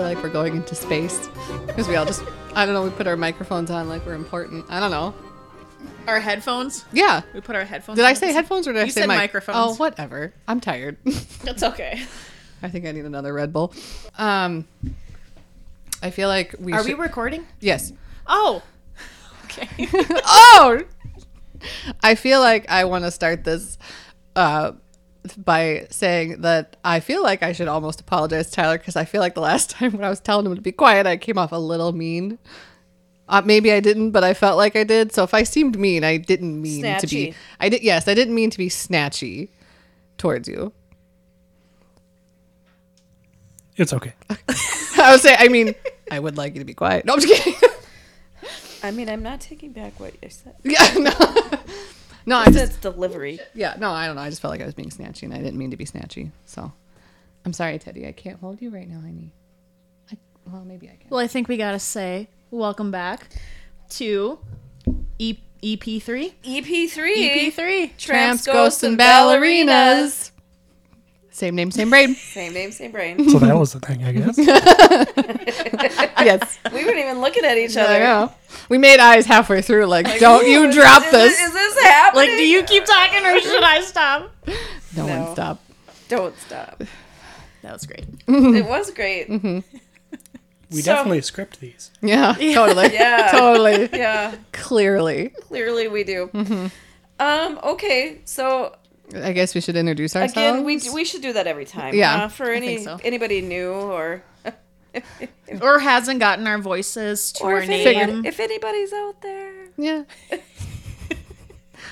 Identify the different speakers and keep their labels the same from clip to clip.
Speaker 1: into space because we all just I don't know. We put our microphones on like we're important. I don't know.
Speaker 2: Our headphones.
Speaker 1: Yeah.
Speaker 2: We put our headphones.
Speaker 1: Did I
Speaker 2: on.
Speaker 1: say headphones or did I
Speaker 2: You
Speaker 1: say
Speaker 2: said
Speaker 1: mic-
Speaker 2: microphones.
Speaker 1: Oh, whatever. I'm tired.
Speaker 2: That's okay.
Speaker 1: I think I need another Red Bull. Um, I feel like we
Speaker 2: Are
Speaker 1: should-
Speaker 2: we recording?
Speaker 1: yes.
Speaker 2: Oh. Okay.
Speaker 1: oh, I feel like I want to start this uh, by saying that I feel like I should almost apologize, to Tyler, because I feel like the last time when I was telling him to be quiet, I came off a little mean. Uh, maybe I didn't, but I felt like I did. So if I seemed mean, I didn't mean to
Speaker 2: Snatchy.
Speaker 1: be. I did. Yes, I didn't mean to be snatchy towards you.
Speaker 3: It's okay.
Speaker 1: I would say. I mean, I would like you to be quiet. No, I'm just kidding.
Speaker 4: I mean, I'm not taking back what you said.
Speaker 1: yeah, no, no. I
Speaker 4: It's
Speaker 1: just.
Speaker 4: delivery.
Speaker 1: Yeah, no, I don't know. I just felt like I was being snatchy, and I didn't mean to be snatchy. So, I'm sorry, Teddy. I can't hold you right now, honey. I, well, maybe I can.
Speaker 2: well, I think we gotta say welcome back to e- EP3. E
Speaker 4: EP3.
Speaker 2: EP3.
Speaker 1: Tramps, ghosts, and ballerinas. Same name, same brain.
Speaker 4: Same name, same brain.
Speaker 3: So that was the thing, I guess.
Speaker 1: yes,
Speaker 4: we weren't even looking at each
Speaker 1: I
Speaker 4: other.
Speaker 1: know. We made eyes halfway through. Like, don't
Speaker 4: Ooh,
Speaker 1: you
Speaker 4: is-
Speaker 1: drop
Speaker 4: is
Speaker 1: this?
Speaker 4: Is this happening?
Speaker 2: Like, do you keep talking or should I stop?
Speaker 1: no,
Speaker 4: No.
Speaker 1: one stop.
Speaker 4: Don't stop.
Speaker 2: That was great.
Speaker 4: it was great.
Speaker 3: We
Speaker 4: So-
Speaker 3: definitely script these.
Speaker 1: Yeah, totally.
Speaker 4: Yeah.
Speaker 1: totally.
Speaker 4: Yeah,
Speaker 1: Clearly,
Speaker 4: clearly we do. Um. Okay. So
Speaker 1: I guess we should introduce ourselves.
Speaker 4: again, we we should do that every time.
Speaker 1: Yeah,
Speaker 4: Uh, for any
Speaker 2: think so.
Speaker 4: anybody new or
Speaker 2: Or hasn't gotten our voices to
Speaker 4: or
Speaker 2: our
Speaker 4: if,
Speaker 2: name.
Speaker 4: anybody, if anybody's out there,
Speaker 1: Yeah.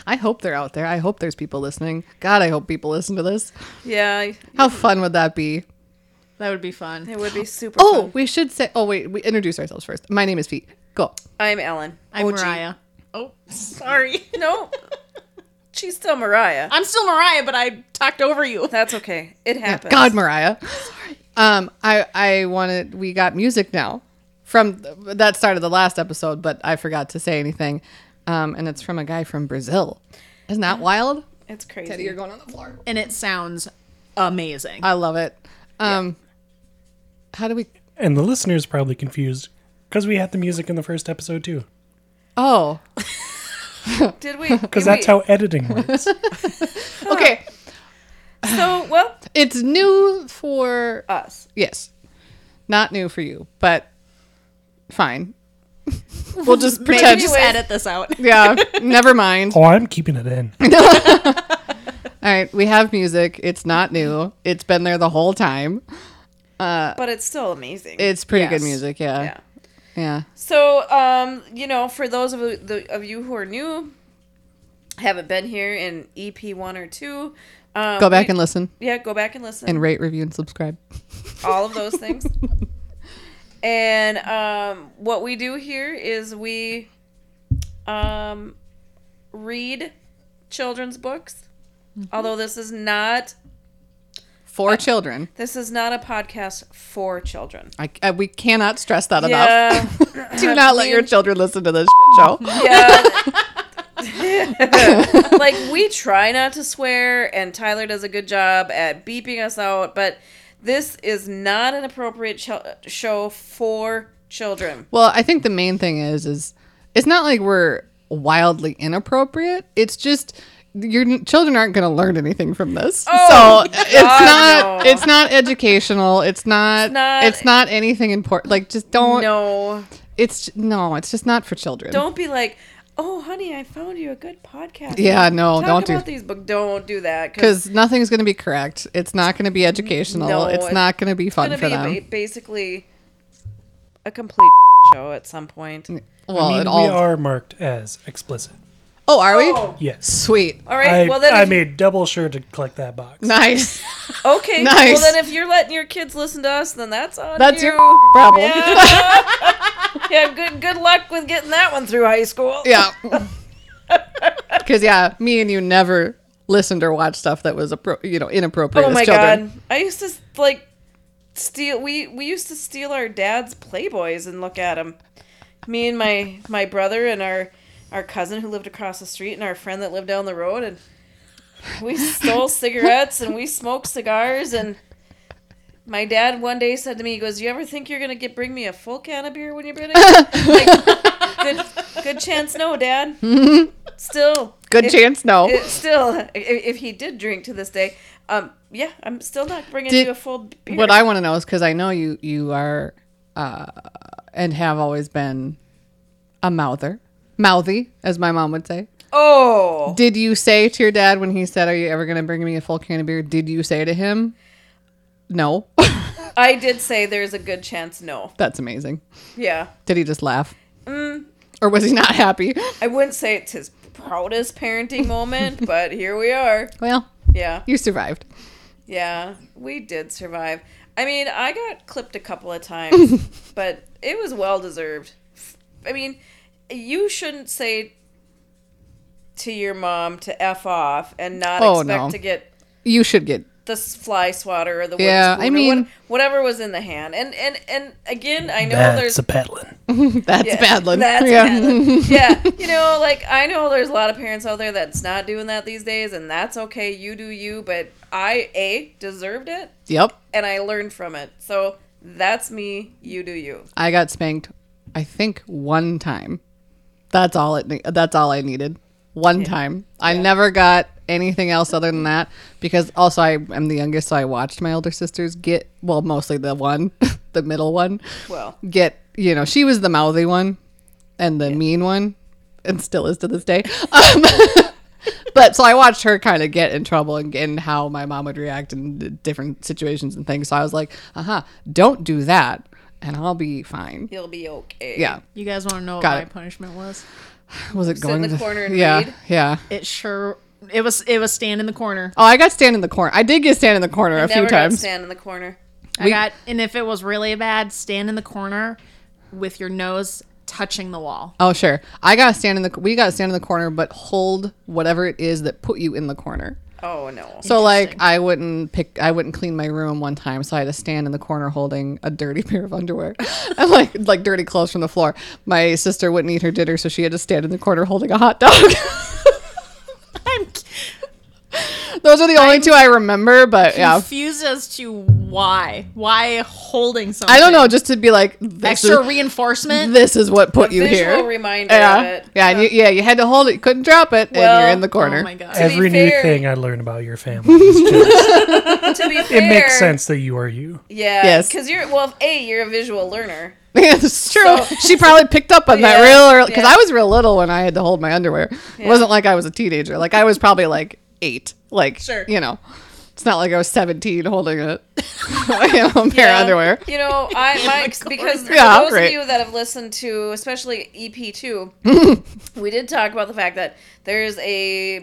Speaker 1: I hope they're out there. I hope there's people listening. God, I hope people listen to this.
Speaker 4: yeah,
Speaker 1: How fun would that be?
Speaker 2: That would be fun.
Speaker 4: it would be super.
Speaker 1: Oh,
Speaker 4: fun.
Speaker 1: we should say. Oh, wait. We introduce ourselves first. My name is Pete. Go.
Speaker 4: I'm Ellen.
Speaker 2: I'm
Speaker 4: OG.
Speaker 2: Mariah. Oh, sorry.
Speaker 4: No, she's still Mariah.
Speaker 2: I'm still Mariah, but I talked over you.
Speaker 4: That's okay. It happens.
Speaker 1: God, Mariah. Um, I I wanted. We got music now. From that started the last episode, but I forgot to say anything. Um, and it's from a guy from Brazil. Isn't that wild?
Speaker 4: It's crazy.
Speaker 1: Teddy, you're going on the floor.
Speaker 2: And it sounds amazing.
Speaker 1: I love it. Um, how do we?
Speaker 3: And the listener's probably confused because we had the music in the first episode too.
Speaker 1: Oh,
Speaker 4: Did we?
Speaker 3: Because that's how editing works.
Speaker 1: okay.
Speaker 4: So well,
Speaker 1: It's new for
Speaker 4: us.
Speaker 1: Yes. Not new for you, but fine. we'll just
Speaker 2: Maybe
Speaker 1: pretend.
Speaker 2: just
Speaker 4: Anyways.
Speaker 2: edit this out.
Speaker 1: yeah, never mind. All
Speaker 3: oh, I'm keeping it in.
Speaker 1: right, we have music. It's not new. It's been there the whole time.
Speaker 4: But it's still amazing.
Speaker 1: It's pretty
Speaker 2: Yes.
Speaker 1: good music, yeah.
Speaker 4: yeah.
Speaker 1: Yeah.
Speaker 4: So um, you know, for those of the of you who are new, haven't been here in EP one or two, um,
Speaker 1: Go back
Speaker 4: we-
Speaker 1: and listen
Speaker 4: yeah, go back and listen.
Speaker 1: and rate, review and subscribe.
Speaker 4: all of those things. and um, what we do here is we um, read children's books.
Speaker 1: Mm-hmm.
Speaker 4: Although this is not
Speaker 1: For children.
Speaker 4: this is not a podcast for children.
Speaker 1: I, I- we cannot stress that
Speaker 4: Yeah.
Speaker 1: enough. Do not let your children listen to this show.
Speaker 4: Yeah. like we try not to swear and Tyler does a good job at beeping us out, but this is not an appropriate ch- show for children.
Speaker 1: Well, I think the main thing is is it's not like we're wildly inappropriate. It's just your children aren't going to learn anything from this.
Speaker 4: Oh,
Speaker 1: so it's not
Speaker 4: no.
Speaker 1: it's not educational. It's not it's not,
Speaker 4: not-
Speaker 1: anything important. Like just don't.
Speaker 4: No.
Speaker 1: It's no. It's just not for children.
Speaker 4: Don't be like, "Oh, honey, I found you a good podcast."
Speaker 1: Yeah, no,
Speaker 4: Talk
Speaker 1: don't do-
Speaker 4: about these book. Don't do that
Speaker 1: because nothing's going to be correct. It's not going to be educational.
Speaker 4: No,
Speaker 1: it's
Speaker 4: it's
Speaker 1: not going to be fun
Speaker 4: gonna
Speaker 1: for
Speaker 4: be
Speaker 1: them.
Speaker 4: ba- basically a complete show at some point.
Speaker 1: well,
Speaker 3: I mean,
Speaker 1: it all.
Speaker 3: we are marked as explicit.
Speaker 1: oh, are we?
Speaker 4: Oh,
Speaker 3: Yes.
Speaker 1: Sweet.
Speaker 4: all right.
Speaker 3: I,
Speaker 4: well, then
Speaker 3: I
Speaker 4: if-
Speaker 3: made double sure to collect that box.
Speaker 1: Nice.
Speaker 4: okay.
Speaker 1: Nice.
Speaker 4: Well, then if you're letting your kids listen to us, then that's on
Speaker 1: That's
Speaker 4: you.
Speaker 1: your problem.
Speaker 4: Yeah. yeah. Good. Good luck with getting that one through high school.
Speaker 1: Yeah. Because yeah, me and you never listened or watched stuff that was appro- you know inappropriate
Speaker 4: Oh
Speaker 1: as
Speaker 4: my
Speaker 1: children.
Speaker 4: god. I used to like steal we we used to steal our dad's Playboys and look at them. Me and my my brother and our our cousin who lived across the street and our friend that lived down the road and we stole cigarettes and we smoked cigars and My dad one day said to me, he goes, "You ever think you're gonna get bring me a full can of beer when you're British?" Like, good, good chance, no, Dad. Still,
Speaker 1: Good
Speaker 4: if-
Speaker 1: chance, no.
Speaker 4: it- still, i- if he did drink to this day, um, yeah, I'm still not bringing
Speaker 1: Did-
Speaker 4: you a full beer.
Speaker 1: What I want to know is because I know you you are uh, and have always been a mouther, mouthy, as my mom would say.
Speaker 4: oh,
Speaker 1: Did you say to your dad when he said, "Are you ever going to bring me a full can of beer?" Did you say to him, "No"?
Speaker 4: I did say there's a good chance, no.
Speaker 1: That's amazing.
Speaker 4: Yeah,
Speaker 1: Did he just laugh,
Speaker 4: Mm.
Speaker 1: or was he not happy?
Speaker 4: I wouldn't say it's his proudest parenting moment, but here we are.
Speaker 1: Well,
Speaker 4: Yeah.
Speaker 1: you survived.
Speaker 4: Yeah, we did survive. I mean, I got clipped a couple of times, but it was well deserved. I mean, you shouldn't say to your mom to f off and not
Speaker 1: Oh,
Speaker 4: expect
Speaker 1: no.
Speaker 4: to get
Speaker 1: You should get
Speaker 4: the s- fly swatter or the wooden
Speaker 1: Yeah, I
Speaker 4: spoon or
Speaker 1: mean-
Speaker 4: what- whatever was in the hand. And and and again, I know
Speaker 3: That's
Speaker 4: there's
Speaker 3: a peddling.
Speaker 1: that's
Speaker 4: yeah,
Speaker 1: bad. Lynn.
Speaker 4: That's
Speaker 1: Yeah.
Speaker 4: bad. Lynn. yeah, you know, like I know there's a lot of parents out there that's not doing that these days, and that's okay. You do you, but I a deserved it
Speaker 1: Yep.
Speaker 4: and I learned from it. So that's me. You do you.
Speaker 1: I got spanked, I think one time. That's all it. ne- That's all I needed. One time. I never got anything else other than that because also I am the youngest, so I watched my older sisters get well, mostly the one, the middle one,
Speaker 4: Well,
Speaker 1: get you know she was the mouthy one, and the mean one, and still is to this day. Um, but so I watched her kind of get in trouble and, and how my mom would react in d- different situations and things. So I was like, uh huh, don't do that, and I'll be fine.
Speaker 4: you'll be okay.
Speaker 1: Yeah.
Speaker 2: You guys want to know what
Speaker 1: Got
Speaker 2: my
Speaker 1: it.
Speaker 2: punishment was?
Speaker 1: Was it
Speaker 4: Sit
Speaker 1: going
Speaker 4: in the
Speaker 1: to-
Speaker 4: corner and
Speaker 1: yeah,
Speaker 4: read?
Speaker 1: yeah.
Speaker 2: It sure. It was. It was stand in the corner.
Speaker 1: Oh, I got stand in the corner. I did get stand in the corner a
Speaker 4: Never
Speaker 1: few
Speaker 4: got to
Speaker 1: times.
Speaker 4: stand in the corner.
Speaker 2: I got. And if it was really bad, stand in the corner with your nose touching the wall.
Speaker 1: Oh, sure. I got stand in the. We got stand in the corner, but hold whatever it is that put you in the corner.
Speaker 4: Oh no.
Speaker 1: So like, I wouldn't pick. I wouldn't clean my room one time, so I had to stand in the corner holding a dirty pair of underwear and like like dirty clothes from the floor. My sister wouldn't eat her dinner, so she had to stand in the corner holding a hot dog.
Speaker 2: I'm
Speaker 1: Those are the only two I remember, but yeah.
Speaker 2: confused as to why. Why holding something?
Speaker 1: I don't know, just to be like this
Speaker 2: Extra
Speaker 1: is-
Speaker 2: reinforcement.
Speaker 1: this is what put you
Speaker 4: visual
Speaker 1: here.
Speaker 4: reminder
Speaker 1: yeah,
Speaker 4: of it.
Speaker 1: yeah, and you, yeah. You had to hold it, you couldn't drop it, and you're
Speaker 4: Well,
Speaker 1: in the corner.
Speaker 2: Oh my god.
Speaker 4: To be
Speaker 3: Every new
Speaker 4: fair-
Speaker 3: thing I learn about your family, is just-
Speaker 4: to be fair,
Speaker 3: it makes sense that you are you.
Speaker 4: Yeah.
Speaker 1: Yes.
Speaker 4: Because you're well, a you're a visual learner.
Speaker 1: it's true.
Speaker 4: So-
Speaker 1: she probably picked up on that
Speaker 4: Yeah,
Speaker 1: real early because
Speaker 4: yeah.
Speaker 1: I was real little when I had to hold my underwear. It wasn't like I was a teenager. Like I was probably like eight. Like
Speaker 4: Sure.
Speaker 1: you know, it's not like I was seventeen holding a you know, pair
Speaker 4: Yeah.
Speaker 1: of underwear.
Speaker 4: You know, I my ex- because for
Speaker 1: Yeah,
Speaker 4: those
Speaker 1: right.
Speaker 4: of you that have listened to, especially EP two, we did talk about the fact that there's a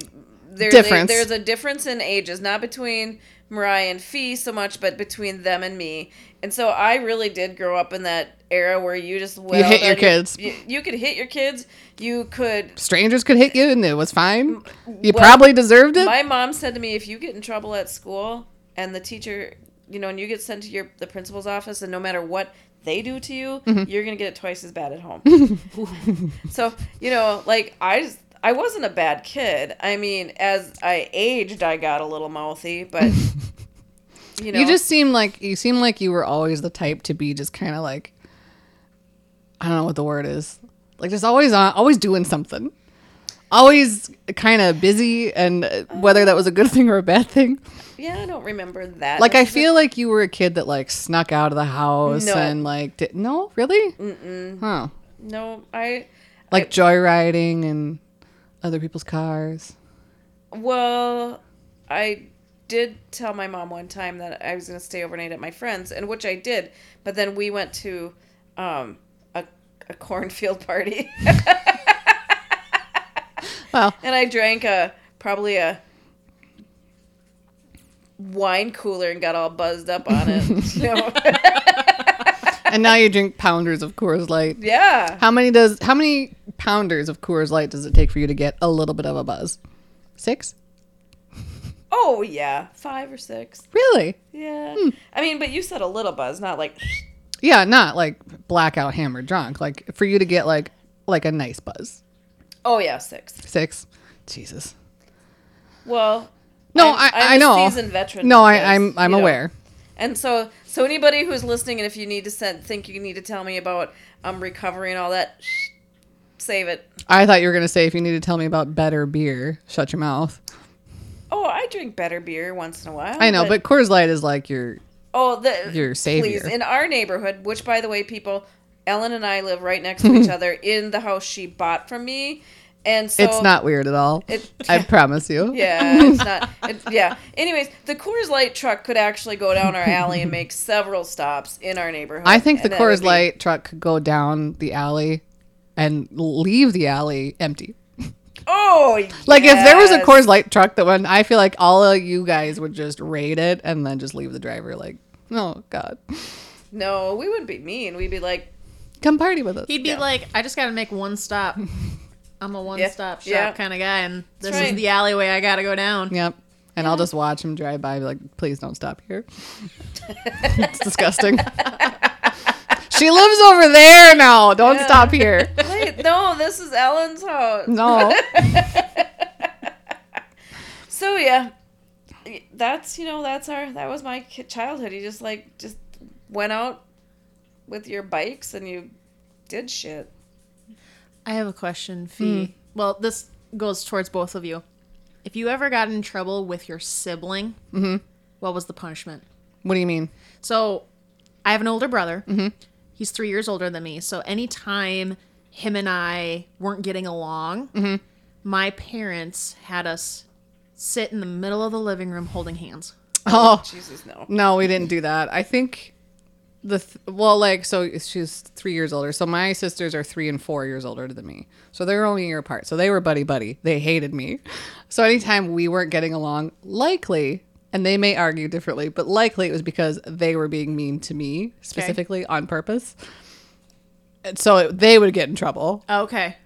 Speaker 4: there's
Speaker 1: Difference.
Speaker 4: A, there's a difference in ages, not between Mariah and Fee so much, but between them and me. And so I really did grow up in that era where you just wailed
Speaker 1: hit your
Speaker 4: on
Speaker 1: kids.
Speaker 4: You, you could hit your kids. You could.
Speaker 1: Strangers could hit you, and it was fine. You
Speaker 4: well,
Speaker 1: probably deserved it.
Speaker 4: My mom said to me, if you get in trouble at school and the teacher, you know, and you get sent to your the principal's office, and no matter what they do to you,
Speaker 1: Mm-hmm.
Speaker 4: you're gonna get it twice as bad at home. so you know, like I just. I wasn't a bad kid. I mean, as I aged, I got a little mouthy, but you know,
Speaker 1: You just seem like you seem like you were always the type to be just kind of like I don't know what the word is. Like just always on, always doing something. Always kind of busy and uh, whether that was a good thing or a bad thing.
Speaker 4: yeah, I don't remember that.
Speaker 1: Like I feel like you were a kid that like snuck out of the house
Speaker 4: No.
Speaker 1: and like did No, really? Mm-mm. Huh.
Speaker 4: no, I
Speaker 1: Like joyriding and other people's cars.
Speaker 4: Well, I did tell my mom one time that I was going to stay overnight at my friend's, and which I did. But then we went to um, a, a cornfield party,
Speaker 1: Well,
Speaker 4: and I drank a probably a wine cooler and got all buzzed up on it. you know?
Speaker 1: and now you drink pounders of Coors Light.
Speaker 4: yeah.
Speaker 1: How many does how many pounders of Coors Light does it take for you to get a little bit of a buzz? Six?
Speaker 4: Oh yeah, five or six.
Speaker 1: Really?
Speaker 4: Yeah. I mean, but you said a little buzz, not like
Speaker 1: Yeah, not like blackout hammered drunk. Like for you to get like like a nice buzz.
Speaker 4: oh yeah, six.
Speaker 1: Six. Jesus.
Speaker 4: Well,
Speaker 1: No,
Speaker 4: I'm-
Speaker 1: I,
Speaker 4: I'm
Speaker 1: i
Speaker 4: a
Speaker 1: know.
Speaker 4: seasoned veteran
Speaker 1: No,
Speaker 4: with
Speaker 1: I,
Speaker 4: this,
Speaker 1: I'm I'm
Speaker 4: you know.
Speaker 1: aware.
Speaker 4: And so So anybody who's listening, and if you need to send, think you need to tell me about um recovery and all that, save it.
Speaker 1: I thought you were gonna say if you need to tell me about better beer, shut your mouth.
Speaker 4: Oh, I drink better beer once in a while.
Speaker 1: I know, but, Coors Light is like your
Speaker 4: oh, the
Speaker 1: your savior.
Speaker 4: Please, in our neighborhood, which by the way, people, Ellen and I live right next to each other in the house she bought from me, and so
Speaker 1: it's not weird at all.
Speaker 4: It-
Speaker 1: I promise you.
Speaker 4: Yeah, it's not. It, yeah. Anyways, the Coors Light truck could actually go down our alley and make several stops in our neighborhood.
Speaker 1: I think the
Speaker 4: and that would
Speaker 1: Coors
Speaker 4: be-
Speaker 1: Light truck could go down the alley and leave the alley empty.
Speaker 4: Oh,
Speaker 1: Like if there was a
Speaker 4: yes.
Speaker 1: Coors Light truck that went, I feel like all of you guys would just raid it and then just leave the driver like, oh god,
Speaker 4: No, we wouldn't be mean. We'd be like,
Speaker 1: come party with us.
Speaker 2: He'd be
Speaker 1: Yeah.
Speaker 2: like, I just gotta make one stop. I'm a one stop shop
Speaker 4: yeah.
Speaker 2: kind of guy, and this
Speaker 4: right.
Speaker 2: is the alleyway I gotta go down.
Speaker 1: yep. And I'll just watch him drive by, and be like, please don't stop here. it's disgusting. she lives over there now. Don't
Speaker 4: Yeah.
Speaker 1: stop here.
Speaker 4: wait, no, this is Ellen's house.
Speaker 1: No.
Speaker 4: So yeah, that's you know that's our that was my ki- childhood. You just like just went out with your bikes and you did shit.
Speaker 2: I have a question, Fee.
Speaker 1: Hmm.
Speaker 2: Well, this goes towards both of you. If you ever got in trouble with your sibling,
Speaker 1: Mm-hmm.
Speaker 2: what was the punishment?
Speaker 1: What do you mean?
Speaker 2: So I have an older brother.
Speaker 1: Mm-hmm.
Speaker 2: He's three years older than me. So anytime him and I weren't getting along,
Speaker 1: Mm-hmm.
Speaker 2: my parents had us sit in the middle of the living room holding hands.
Speaker 1: Oh,
Speaker 4: Jesus no.
Speaker 1: No, we didn't do that. I think the th- well, like, so she's three years older. So my sisters are three and four years older than me. So they were only a year apart. So they were buddy buddy. They hated me. So anytime we weren't getting along, likely, and they may argue differently, but likely it was because they were being mean to me specifically on purpose. And so they would get in trouble.
Speaker 2: Okay.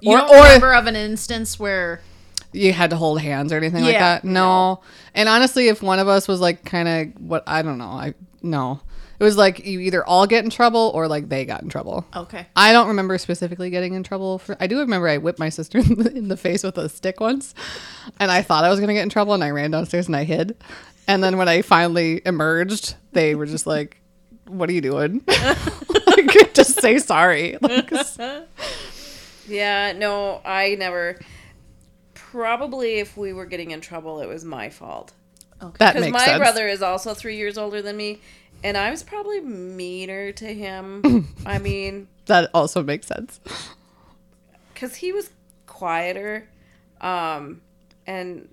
Speaker 2: You
Speaker 1: Or-
Speaker 2: don't
Speaker 1: or-
Speaker 2: remember of an instance where
Speaker 1: you had to hold hands or anything like
Speaker 2: Yeah,
Speaker 1: that. No. And honestly, if one of us was like kind of what I don't know, I no. It was like you either all get in trouble or like they got in trouble.
Speaker 4: Oh.
Speaker 2: okay
Speaker 1: I don't remember specifically getting in trouble for. I do remember I whipped my sister in the, in the face with a stick once, and I thought I was gonna get in trouble, and I ran downstairs and I hid. And then when I finally emerged, they were just like, "What are you doing? like, just say sorry." Like,
Speaker 4: Yeah, no, I never. Probably if we were getting in trouble, it was my fault.
Speaker 1: that
Speaker 4: Because
Speaker 1: makes
Speaker 4: my
Speaker 1: sense.
Speaker 4: brother is also three years older than me, and I was probably meaner to him. I mean,
Speaker 1: that also makes sense.
Speaker 4: because he was quieter um, and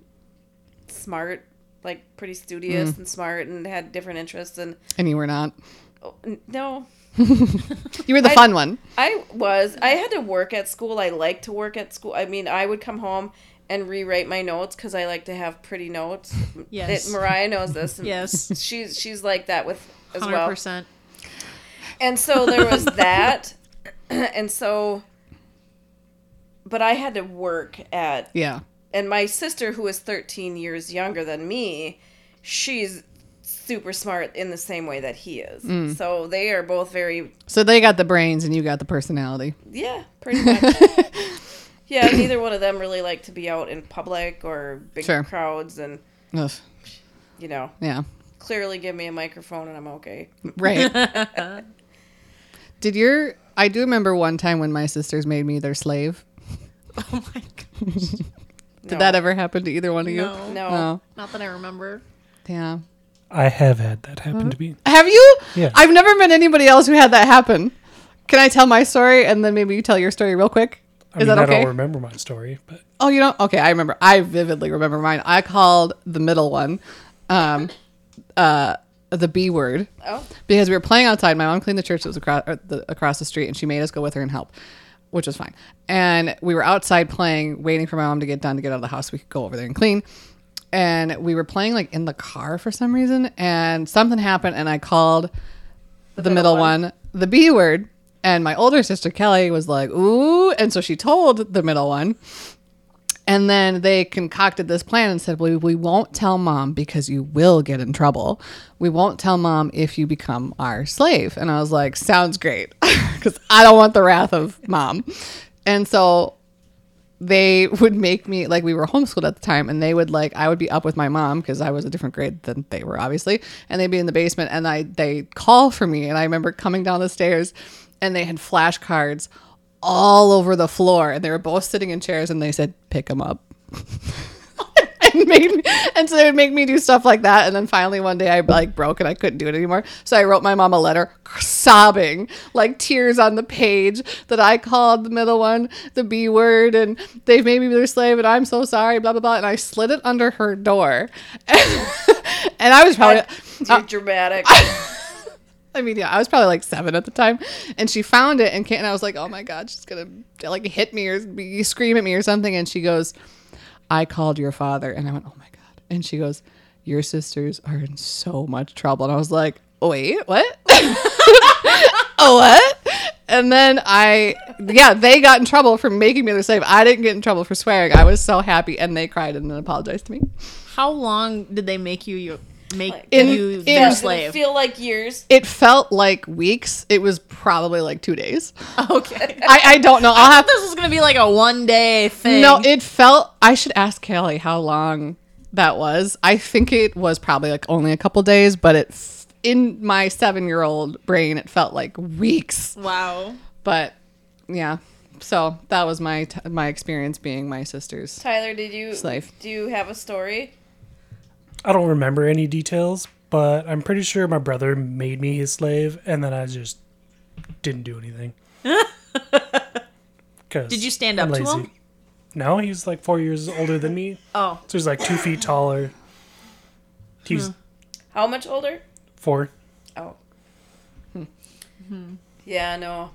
Speaker 4: smart, like pretty studious and smart, and had different interests. And
Speaker 1: And you were not.
Speaker 4: oh, n- no,
Speaker 1: You were the
Speaker 4: I-
Speaker 1: fun one.
Speaker 4: I was. I had to work at school. I liked to work at school. I mean, I would come home and rewrite my notes because I like to have pretty notes.
Speaker 2: Yes.
Speaker 4: It- Mariah knows this. and
Speaker 2: Yes.
Speaker 4: She's she's like that with as well.
Speaker 2: 100%
Speaker 4: And so there was that. and so but I had to work at
Speaker 1: Yeah.
Speaker 4: and my sister who is 13 years younger than me, she's super smart in the same way that he is. So they are both very
Speaker 1: So they got the brains and you got the personality.
Speaker 4: Yeah, pretty much. yeah, neither one of them really like to be out in public or big
Speaker 1: Sure.
Speaker 4: crowds, and
Speaker 1: Ugh.
Speaker 4: you know,
Speaker 1: Yeah.
Speaker 4: clearly give me a microphone and I'm okay.
Speaker 1: Right. Did your I do remember one time when my sisters made me their slave.
Speaker 2: oh my god
Speaker 1: Did that ever happen to either one of you?
Speaker 2: No.
Speaker 4: No.
Speaker 1: No.
Speaker 2: not that i remember
Speaker 1: Yeah.
Speaker 3: I have had that happen to me.
Speaker 1: Have you?
Speaker 3: Yeah.
Speaker 1: I've never met anybody else who had that happen. Can I tell my story and then maybe you tell your story real quick?
Speaker 3: I
Speaker 1: Is
Speaker 3: mean,
Speaker 1: that
Speaker 3: I
Speaker 1: okay?
Speaker 3: don't remember my story, but
Speaker 1: Oh, you don't? Okay, I remember. I vividly remember mine. I called the middle one, um, uh, the B word.
Speaker 4: Oh.
Speaker 1: Because we were playing outside. My mom cleaned the church that was across the, across the street, and she made us go with her and help, which was fine. And we were outside playing, waiting for my mom to get done to get out of the house. so we could go over there and clean. And we were playing like in the car for some reason, and something happened, and I called the, middle, one. the B word. And my older sister Kelly was like, ooh. And so she told the middle one. And then they concocted this plan and said, well, we won't tell mom because you will get in trouble. We won't tell mom if you become our slave. And I was like, sounds great because I don't want the wrath of mom. And so they would make me like we were homeschooled at the time and they would like I would be up with my mom because I was a different grade than they were obviously and they'd be in the basement and I they call for me and I remember coming down the stairs and they had flashcards all over the floor and they were both sitting in chairs and they said pick them up and made me, and so they would make me do stuff like that. And then finally one day I like broke and I couldn't do it anymore. So I wrote my mom a letter sobbing, like tears on the page that I called the middle one the B word and they've made me their slave and I'm so sorry, blah blah blah. And I slid it under her door. and I was probably
Speaker 4: Too dramatic.
Speaker 1: I mean, yeah, I was probably like seven at the time, and she found it and can and I was like, oh my god, she's gonna like hit me or be- scream at me or something. And she goes, I called your father, and I went, oh my god. And she goes, your sisters are in so much trouble, and I was like, wait, what? oh what? And then I, yeah, they got in trouble for making me their slave. I didn't get in trouble for swearing. I was so happy, and they cried and then apologized to me.
Speaker 2: How long did they make you you make
Speaker 1: In-
Speaker 2: you
Speaker 1: in-
Speaker 2: their
Speaker 1: Yeah,
Speaker 2: slave?
Speaker 4: Feel like years.
Speaker 1: It felt like weeks. It was probably like two days.
Speaker 2: okay.
Speaker 1: I, I don't know. I'll have
Speaker 2: this is gonna be like a one day thing.
Speaker 1: No, it felt. I should ask Kelly how long that was. I think it was probably like only a couple days, but it f- in my seven year old brain, it felt like weeks.
Speaker 2: wow.
Speaker 1: But yeah, so that was my t- my experience being my sister's.
Speaker 4: Tyler, did you
Speaker 1: Slave.
Speaker 4: do you have a story?
Speaker 3: I don't remember any details, but I'm pretty sure my brother made me his slave, and then I just didn't do anything. 'Cause
Speaker 2: Did you stand up
Speaker 3: I'm
Speaker 2: to
Speaker 3: lazy.
Speaker 2: him?
Speaker 3: No, he was like four years older than me,
Speaker 2: Oh, Hmm.
Speaker 3: so he's like two feet taller. He's
Speaker 4: How much older?
Speaker 3: four.
Speaker 4: Oh. Yeah, no.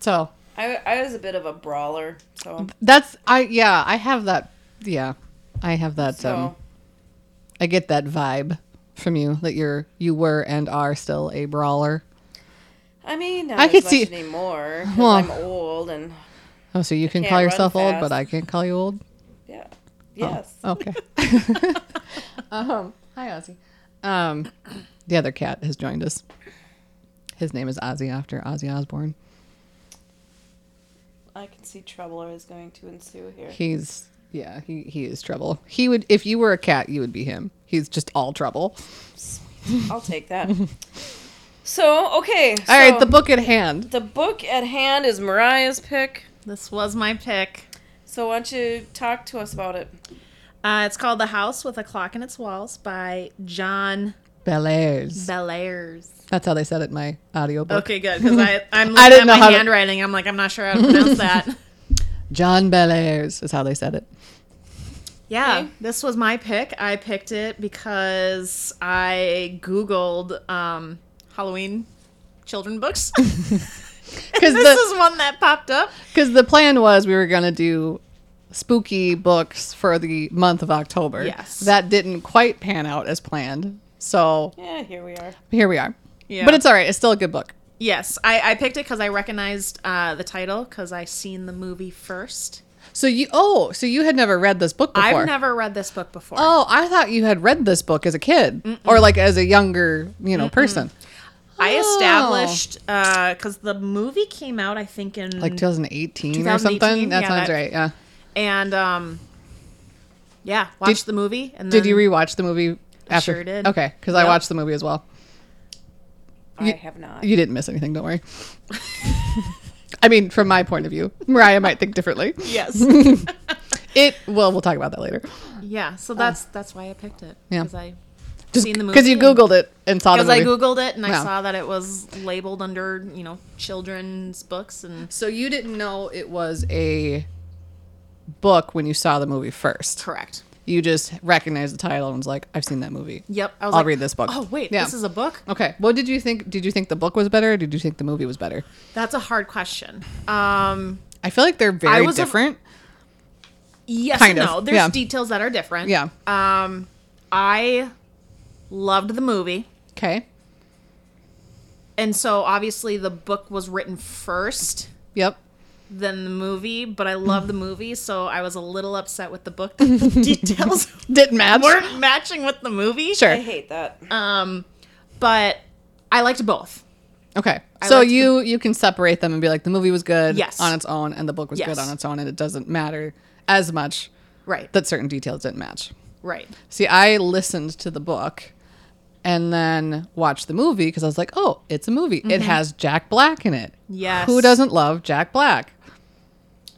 Speaker 1: So
Speaker 4: I I was a bit of a brawler, so
Speaker 1: that's I yeah I have that yeah I have that um
Speaker 4: so
Speaker 1: I get that vibe from you that you're you were and are still a brawler.
Speaker 4: I mean, not
Speaker 1: I
Speaker 4: as
Speaker 1: could
Speaker 4: much
Speaker 1: see-
Speaker 4: anymore. 'cause
Speaker 1: Well.
Speaker 4: I'm old and
Speaker 1: Oh, so you can
Speaker 4: Can't
Speaker 1: call
Speaker 4: run
Speaker 1: yourself old,
Speaker 4: fast.
Speaker 1: but I can't call you old.
Speaker 4: yeah,
Speaker 1: Oh.
Speaker 4: yes.
Speaker 1: Okay. um, hi, Ozzy. Um, the other cat has joined us. His name is Ozzy after Ozzy Osbourne.
Speaker 4: I can see trouble is going to ensue here.
Speaker 1: He's yeah, he he is trouble. He would if you were a cat, you would be him. He's just all trouble.
Speaker 4: I'll take that. So okay, so
Speaker 1: all right, the book at hand.
Speaker 4: the book at hand is Mariah's pick.
Speaker 2: this was my pick.
Speaker 4: So why don't you talk to us about it?
Speaker 2: Uh, it's called The House with a Clock in Its Walls by John
Speaker 1: Belairs.
Speaker 2: Belair's.
Speaker 1: That's how they said it in my audiobook.
Speaker 2: Okay, good. Because I I'm looking
Speaker 1: I didn't
Speaker 2: at
Speaker 1: know
Speaker 2: my
Speaker 1: how to-
Speaker 2: handwriting. I'm like I'm not sure how to pronounce that.
Speaker 4: Oh.
Speaker 1: John Belairs is how they said it.
Speaker 2: Yeah,
Speaker 4: Okay.
Speaker 2: this was my pick. I picked it because I googled um, Halloween children books.
Speaker 1: Because
Speaker 2: this
Speaker 1: the
Speaker 2: is one that popped up.
Speaker 1: because the plan was we were gonna do spooky books for the month of October.
Speaker 2: Yes.
Speaker 1: that didn't quite pan out as planned. So
Speaker 4: Yeah, here we are.
Speaker 1: here we are.
Speaker 2: Yeah.
Speaker 1: But it's all right. It's still a good book.
Speaker 2: Yes, I, I picked it because I recognized uh, the title because I seen the movie first.
Speaker 1: So you oh, so you had never read this book before.
Speaker 2: I've never read this book before.
Speaker 1: Oh, I thought you had read this book as a kid or like as a younger, you know, person.
Speaker 2: I
Speaker 1: Oh.
Speaker 2: established because the movie came out, I think in
Speaker 1: Like 2018, or
Speaker 2: 2018,
Speaker 1: something. That
Speaker 2: yeah,
Speaker 1: sounds
Speaker 2: that-
Speaker 1: right. Yeah.
Speaker 2: and um, yeah, watched the movie. And then
Speaker 1: Did you rewatch the movie after?
Speaker 2: sure did.
Speaker 1: Okay, cuz I
Speaker 2: Yep.
Speaker 1: watched the movie as well.
Speaker 4: I have not.
Speaker 1: You didn't miss anything, don't worry. I mean, from my point of view, Mariah might think differently.
Speaker 2: Yes.
Speaker 1: It well, we'll talk about that later.
Speaker 2: yeah. So that's that's why I picked it.
Speaker 1: Yeah.
Speaker 2: Because I
Speaker 1: Just
Speaker 2: Seen the
Speaker 1: cuz you
Speaker 2: movie and-
Speaker 1: googled it and saw the
Speaker 2: because I
Speaker 1: movie.
Speaker 2: googled it and I
Speaker 1: Yeah.
Speaker 2: saw that it was labeled under you know children's books and
Speaker 1: so you didn't know it was a book when you saw the movie first.
Speaker 2: correct.
Speaker 1: you just recognize the title and was like, I've seen that movie.
Speaker 2: Yep. I was
Speaker 1: I'll
Speaker 2: like,
Speaker 1: read this book.
Speaker 2: Oh wait,
Speaker 1: Yeah.
Speaker 2: this is a book.
Speaker 1: Okay. What did you think? Did you think the book was better? Or did you think the movie was better?
Speaker 2: That's a hard question. Um,
Speaker 1: I feel like they're very
Speaker 2: was a-
Speaker 1: different.
Speaker 2: yes
Speaker 1: Kind
Speaker 2: and
Speaker 1: of,
Speaker 2: no. There's
Speaker 1: yeah.
Speaker 2: details that are different.
Speaker 1: yeah.
Speaker 2: Um, I loved the movie,
Speaker 1: Okay.
Speaker 2: and so obviously the book was written first
Speaker 1: Yep.
Speaker 2: than the movie. But I love the movie, so I was a little upset with the book. That the details
Speaker 1: Didn't match.
Speaker 2: weren't matching with the movie.
Speaker 1: Sure.
Speaker 4: I hate that.
Speaker 2: Um, but I liked both.
Speaker 1: Okay.
Speaker 2: I
Speaker 1: so
Speaker 2: liked
Speaker 1: you you can separate them and be like the movie was good
Speaker 2: Yes.
Speaker 1: on its own and the book was
Speaker 2: Yes.
Speaker 1: good on its own and it doesn't matter as much
Speaker 2: Right.
Speaker 1: that certain details didn't match.
Speaker 2: right.
Speaker 1: See, I listened to the book and then watched the movie because I was like, "Oh, it's a movie.
Speaker 4: Mm-hmm.
Speaker 1: It has Jack Black in it."
Speaker 2: Yes.
Speaker 1: Who doesn't love Jack Black?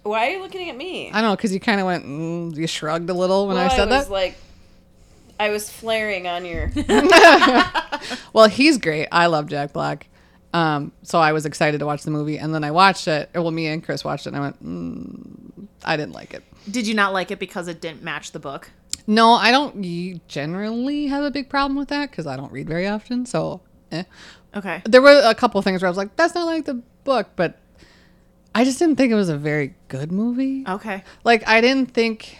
Speaker 4: Why are you looking at me?
Speaker 1: I don't know because you kind of went, mm, you shrugged a little when
Speaker 4: Well,
Speaker 1: I said that.
Speaker 4: was like, I was flaring on your.
Speaker 1: Well, he's great. I love Jack Black. Um, so I was excited to watch the movie, and then I watched it. Well, me and Chris watched it, and I went, mm, I didn't like it.
Speaker 2: Did you not like it because it didn't match the book?
Speaker 1: No, I don't y- generally have a big problem with that because I don't read very often. So eh.
Speaker 2: Okay.
Speaker 1: there were a couple things where I was like, that's not like the book, but I just didn't think it was a very good movie.
Speaker 2: Okay.
Speaker 1: Like, I didn't think.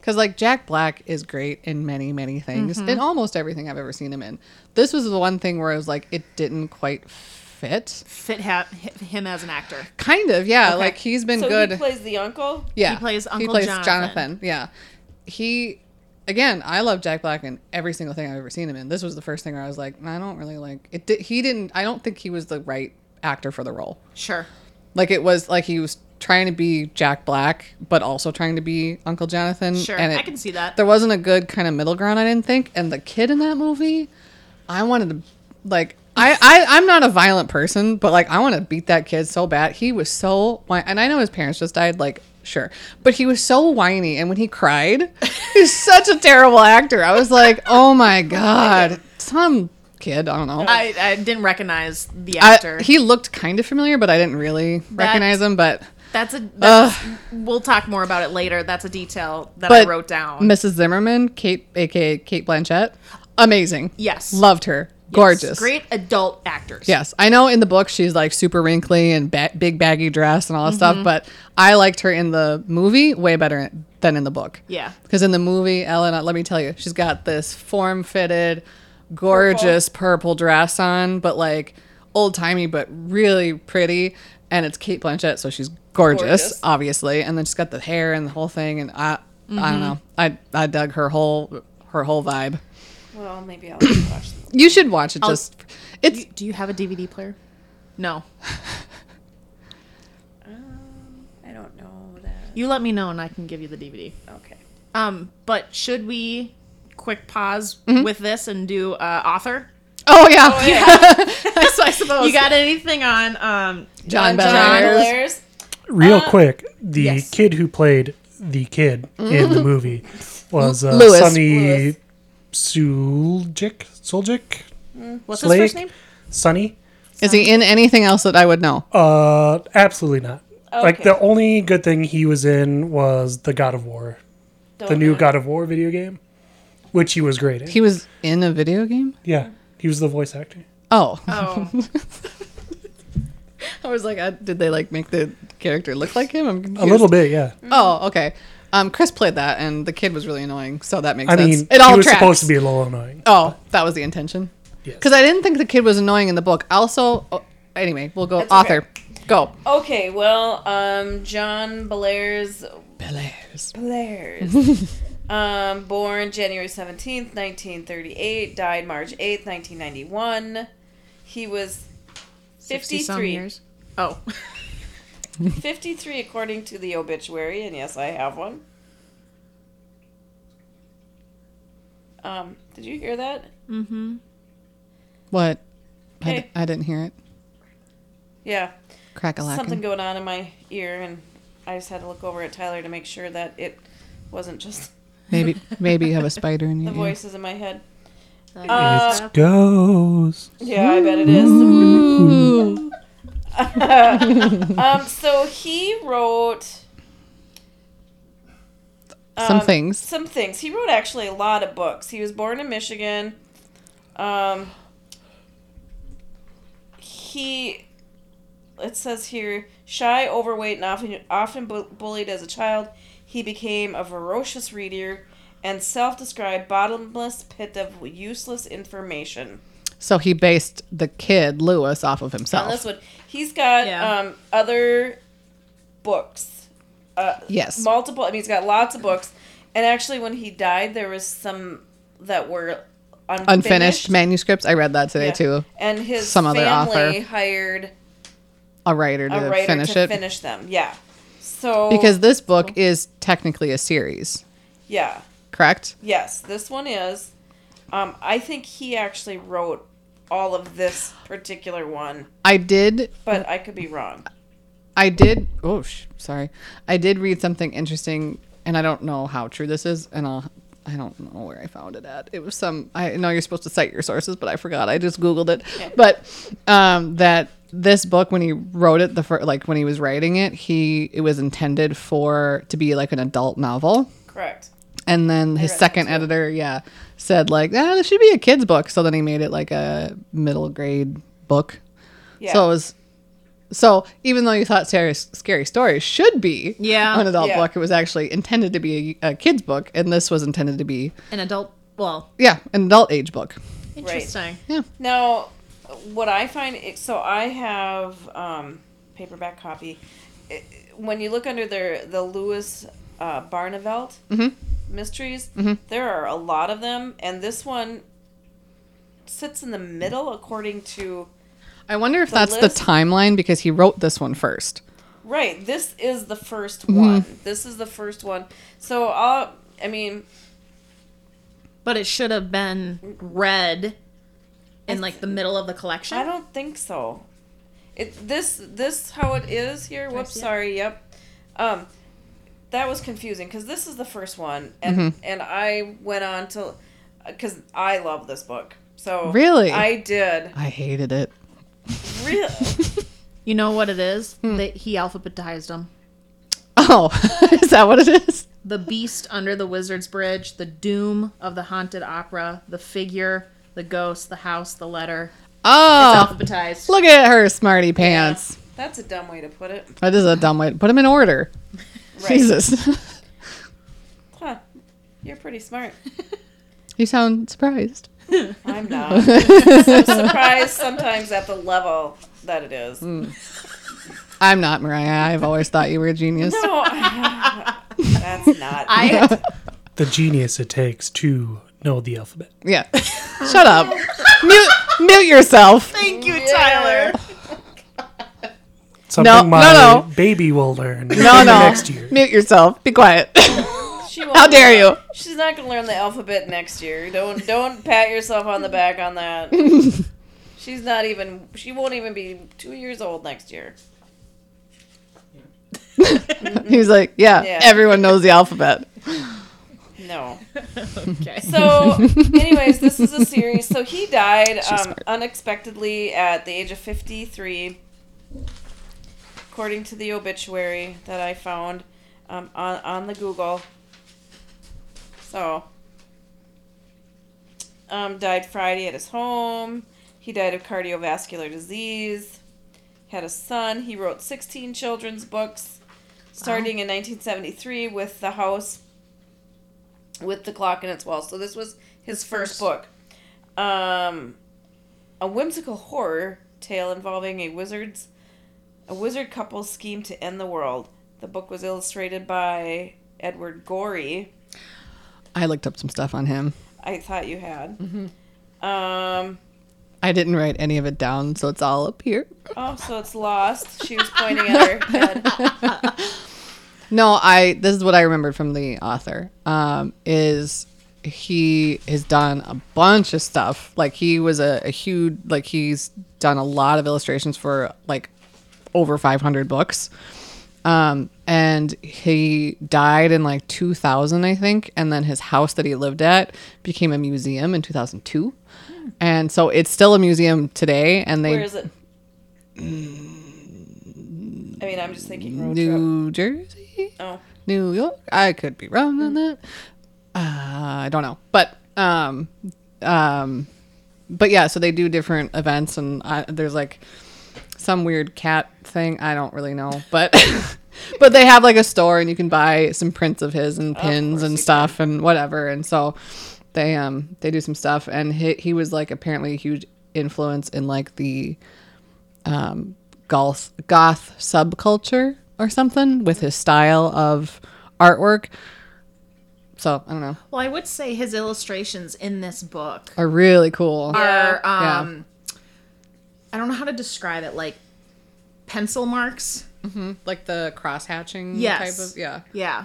Speaker 1: Because, like, Jack Black is great in many, many things,
Speaker 2: Mm-hmm.
Speaker 1: in almost everything I've ever seen him in. This was the one thing where I was like, it didn't quite fit.
Speaker 2: Fit ha- hi- him as an actor.
Speaker 1: Kind of, yeah.
Speaker 2: Okay.
Speaker 1: Like, he's been
Speaker 4: so
Speaker 1: good.
Speaker 4: he plays the uncle.
Speaker 1: Yeah.
Speaker 2: He plays Uncle Jonathan.
Speaker 1: Yeah. He again, I love Jack Black in every single thing I've ever seen him in. This was the first thing where I was like, I don't really like it. Did, he didn't I don't think he was the right actor for the role.
Speaker 2: Sure.
Speaker 1: Like it was like he was trying to be Jack Black but also trying to be Uncle Jonathan
Speaker 2: Sure.
Speaker 1: and it,
Speaker 2: I can see that.
Speaker 1: there wasn't a good kind of middle ground I didn't think and the kid in that movie I wanted to like I, I I'm not a violent person but like I want to beat that kid so bad he was so whi- and I know his parents just died like sure but he was so whiny and when he cried he's such a terrible actor I was like oh my god some kid I don't know I,
Speaker 2: I, I didn't recognize the actor.
Speaker 1: he looked kind of familiar but I didn't really recognize him but
Speaker 2: that's a. That's, we'll talk more about it later. That's a detail that I
Speaker 1: but
Speaker 2: wrote down.
Speaker 1: Mrs. Zimmerman Kate aka Kate Blanchett amazing
Speaker 2: yes.
Speaker 1: loved her
Speaker 2: Yes.
Speaker 1: gorgeous
Speaker 2: Great adult actors.
Speaker 1: Yes, I know in the book she's like super wrinkly and ba- big baggy dress and all that stuff, but I liked her in the movie way better than in the book.
Speaker 2: Yeah.
Speaker 1: Because in the movie, Ellen, uh, let me tell you, she's got this form fitted, gorgeous purple. dress on, but like old timey, but really pretty. And it's Kate Blanchett, so she's gorgeous,
Speaker 4: Gorgeous.
Speaker 1: obviously. And then she's got the hair and the whole thing. And I, I don't know, I, I dug her whole, her whole vibe.
Speaker 4: Well, maybe I'll just watch. Them.
Speaker 1: You should watch it. Just, it's
Speaker 2: Do, do you have a DVD player? No.
Speaker 4: I don't know that.
Speaker 2: You let me know and I can give you the DVD.
Speaker 4: Okay.
Speaker 2: Um, but should we quick pause
Speaker 1: Mm-hmm.
Speaker 2: with this and do uh, author?
Speaker 1: Oh yeah, That's what I
Speaker 2: You
Speaker 1: suppose.
Speaker 2: got anything on um,
Speaker 1: John
Speaker 4: John
Speaker 1: Belair's.
Speaker 4: Blair's.
Speaker 3: Real
Speaker 2: Uh,
Speaker 3: quick, the
Speaker 4: yes.
Speaker 3: kid who played the kid in
Speaker 2: Mm-hmm.
Speaker 3: the movie was uh,
Speaker 1: Lewis.
Speaker 3: Sonny
Speaker 4: Lewis.
Speaker 3: Suljic. Suljic?
Speaker 2: Hmm. what's
Speaker 3: Slade?
Speaker 2: his first name?
Speaker 3: Sonny?
Speaker 1: Is he in anything else that I would know?
Speaker 3: Uh, absolutely not. Like,
Speaker 4: Okay.
Speaker 3: the only good thing he was in was the God of War,
Speaker 4: Don't
Speaker 3: the new
Speaker 4: know.
Speaker 3: God of War video game, which he was great in.
Speaker 1: He was in a video game.
Speaker 3: yeah, he was the voice actor.
Speaker 1: Oh,
Speaker 2: Oh,
Speaker 1: I was like, I, did they like make the character look like him? I'm
Speaker 3: A
Speaker 1: confused.
Speaker 3: little bit, yeah.
Speaker 1: Oh, okay. Um, Chris played that, and the kid was really annoying, so that makes
Speaker 3: I
Speaker 1: sense.
Speaker 3: mean,
Speaker 1: it all
Speaker 3: he was
Speaker 1: tracks.
Speaker 3: supposed to be a little annoying.
Speaker 1: Oh, that was the intention.
Speaker 3: Yes.
Speaker 1: Because I didn't think the kid was annoying in the book. Also, oh, anyway, we'll go
Speaker 4: That's okay.
Speaker 1: author. Go.
Speaker 4: Okay, well, um, John Blair's
Speaker 1: Belair's.
Speaker 4: Blair's. um, born January 17th, 1938, died March 8th, 1991. He was 53.
Speaker 2: Oh,
Speaker 4: 53 according to the obituary, and yes, I have one. Um, did you hear that?
Speaker 1: What? I
Speaker 4: Hey.
Speaker 1: d- I didn't hear it.
Speaker 4: Yeah.
Speaker 1: Crack a
Speaker 4: Something
Speaker 1: lacking.
Speaker 4: going on in my ear, and I just had to look over at Tyler to make sure that it wasn't just
Speaker 1: Maybe, maybe you have a spider in
Speaker 4: the
Speaker 1: your ear.
Speaker 4: voices in my head. Uh,
Speaker 3: It's ghosts.
Speaker 4: Yeah, I bet it is.
Speaker 1: Ooh.
Speaker 4: Um, so he wrote
Speaker 1: Some
Speaker 4: um,
Speaker 1: things.
Speaker 4: Some things. He wrote actually a lot of books. He was born in Michigan. Um, he, it says here, shy, overweight, and often often bu- bullied as a child, he became a ferocious reader and self-described bottomless pit of useless information.
Speaker 1: So he based the kid Lewis off of
Speaker 4: On this
Speaker 1: himself.
Speaker 4: one, he's got
Speaker 2: Yeah.
Speaker 4: um, other books. Uh,
Speaker 1: Yes.
Speaker 4: multiple. I mean, he's got lots of books. And actually, when he died, there was some that were unfinished,
Speaker 1: Unfinished manuscripts. I read that today
Speaker 4: Yeah.
Speaker 1: too.
Speaker 4: and his
Speaker 1: some other
Speaker 4: family
Speaker 1: author
Speaker 4: hired
Speaker 1: A writer to
Speaker 4: a writer
Speaker 1: finish
Speaker 4: to
Speaker 1: it
Speaker 4: finish them. Yeah. So
Speaker 1: because this book is technically a series,
Speaker 4: yeah,
Speaker 1: correct?
Speaker 4: yes, this one is. Um, I think he actually wrote all of this particular one,
Speaker 1: I did
Speaker 4: but I could be wrong.
Speaker 1: I did. Oh, sh- sorry. I did read something interesting, and I don't know how true this is, and I'll, I don't know where I found it at. It was some. I know you're supposed to cite your sources, but I forgot. I just googled it. But um, that this book, when he wrote it, the fir- like when he was writing it, he it was intended for to be like an adult novel.
Speaker 4: Correct.
Speaker 1: And then his
Speaker 4: read that
Speaker 1: second editor, yeah, said like, ah, this should be a kid's book. So then he made it like a middle grade book.
Speaker 4: Yeah.
Speaker 1: So it was, so even though you thought Sarah's Scary Stories should be
Speaker 2: Yeah.
Speaker 1: an adult
Speaker 4: Yeah.
Speaker 1: book, it was actually intended to be a, a kid's book, and this was intended to be
Speaker 2: An adult. Well,
Speaker 1: yeah an adult age book.
Speaker 2: interesting.
Speaker 1: Yeah,
Speaker 4: Now, what I find it- so I have um, paperback copy. It- When you look under their the Lewis uh, Barneveld mysteries, there are a lot of them, and this one sits in the middle according to
Speaker 1: I wonder if
Speaker 4: The
Speaker 1: that's
Speaker 4: list-
Speaker 1: the timeline because he wrote this one first.
Speaker 4: right. This is the first one. This is the first one. So I'll, I mean,
Speaker 2: But it should have been read in like the middle of the collection.
Speaker 4: I don't think so. It this this how it is here. Whoops,
Speaker 2: see it?
Speaker 4: sorry. Yep. Um, that was confusing because this is the first one, and
Speaker 1: Mm-hmm.
Speaker 4: and I went on to because I love this book. So
Speaker 1: Really?
Speaker 4: I did.
Speaker 1: I hated it.
Speaker 4: Really,
Speaker 2: you know what it is?
Speaker 1: Hmm.
Speaker 2: That he alphabetized them.
Speaker 1: Oh, is that what it is?
Speaker 2: The Beast Under the Wizard's Bridge, The Doom of the Haunted Opera, The Figure, The Ghost, The House, The Letter.
Speaker 1: Oh,
Speaker 2: Alphabetized.
Speaker 1: look at her smarty pants.
Speaker 4: that's a dumb way to put it.
Speaker 1: That is a dumb way. Put them in order.
Speaker 4: Right.
Speaker 1: Jesus,
Speaker 4: Huh. You're pretty smart.
Speaker 1: you sound surprised.
Speaker 4: I'm not. I'm surprised sometimes at the level that it is.
Speaker 1: Mm. I'm not Mariah. I've always thought you were a genius.
Speaker 4: No, that's not.
Speaker 2: I
Speaker 3: The genius it takes to know the alphabet.
Speaker 1: Yeah. Shut up. mute, mute yourself.
Speaker 2: thank you,
Speaker 4: Tyler.
Speaker 3: Something
Speaker 1: No, no,
Speaker 3: my
Speaker 1: no.
Speaker 3: baby will learn
Speaker 1: No, no.
Speaker 3: next year.
Speaker 1: Mute yourself. Be quiet.
Speaker 4: She won't
Speaker 1: How dare you?
Speaker 4: She's not gonna learn the alphabet next year. Don't don't pat yourself on the back on that. She's not even. She won't even be two years old next year.
Speaker 1: He's like, yeah,
Speaker 4: Yeah.
Speaker 1: everyone knows the alphabet.
Speaker 4: No.
Speaker 2: okay.
Speaker 4: So, anyways, this is a series. So he died um,
Speaker 1: smart.
Speaker 4: unexpectedly at the age of fifty three, according to the obituary that I found um, on on the Google. So. Um, died Friday at his home. He died of cardiovascular disease. Had a son. He wrote 16 children's books, starting in 1973 with The House with the Clock in Its Wall. So this was his first, book. Um, a whimsical horror tale involving a wizard's a wizard couple's scheme to end the world. The book was illustrated by Edward Gorey.
Speaker 1: I looked up some stuff on him.
Speaker 4: I thought you had. Um,
Speaker 1: I didn't write any of it down, so it's all up here.
Speaker 4: oh, so it's lost. She was pointing at her head.
Speaker 1: No, I this is what I remembered from the author. Um, is he has done a bunch of stuff. Like he was a, a huge like he's done a lot of illustrations for like over five hundred books. Um, and he died in like 2000, I think. And then his house that he lived at became a museum in 2002. And so it's still a museum today. And
Speaker 4: Hmm. Where
Speaker 1: they,
Speaker 4: is it? I mean, I'm just thinking road trip.
Speaker 1: New Jersey?
Speaker 4: Oh,
Speaker 1: New York. I could be wrong on that. Uh, I don't know, but um, um, but yeah. So they do different events, and I, there's like some weird cat thing. I don't really know, but but they have like a store, and you can buy some prints of his and pins and stuff and whatever. And so they um they do some stuff, and he he was like apparently a huge influence in like the goth, goth subculture or something with his style of artwork. So I don't know.
Speaker 2: Well, I would say his illustrations in this book
Speaker 1: Are really cool.
Speaker 2: are
Speaker 1: Yeah.
Speaker 2: um I don't know how to describe it, like pencil marks.
Speaker 1: Like the cross hatching
Speaker 2: Yes.
Speaker 1: type of yeah.
Speaker 2: Yeah.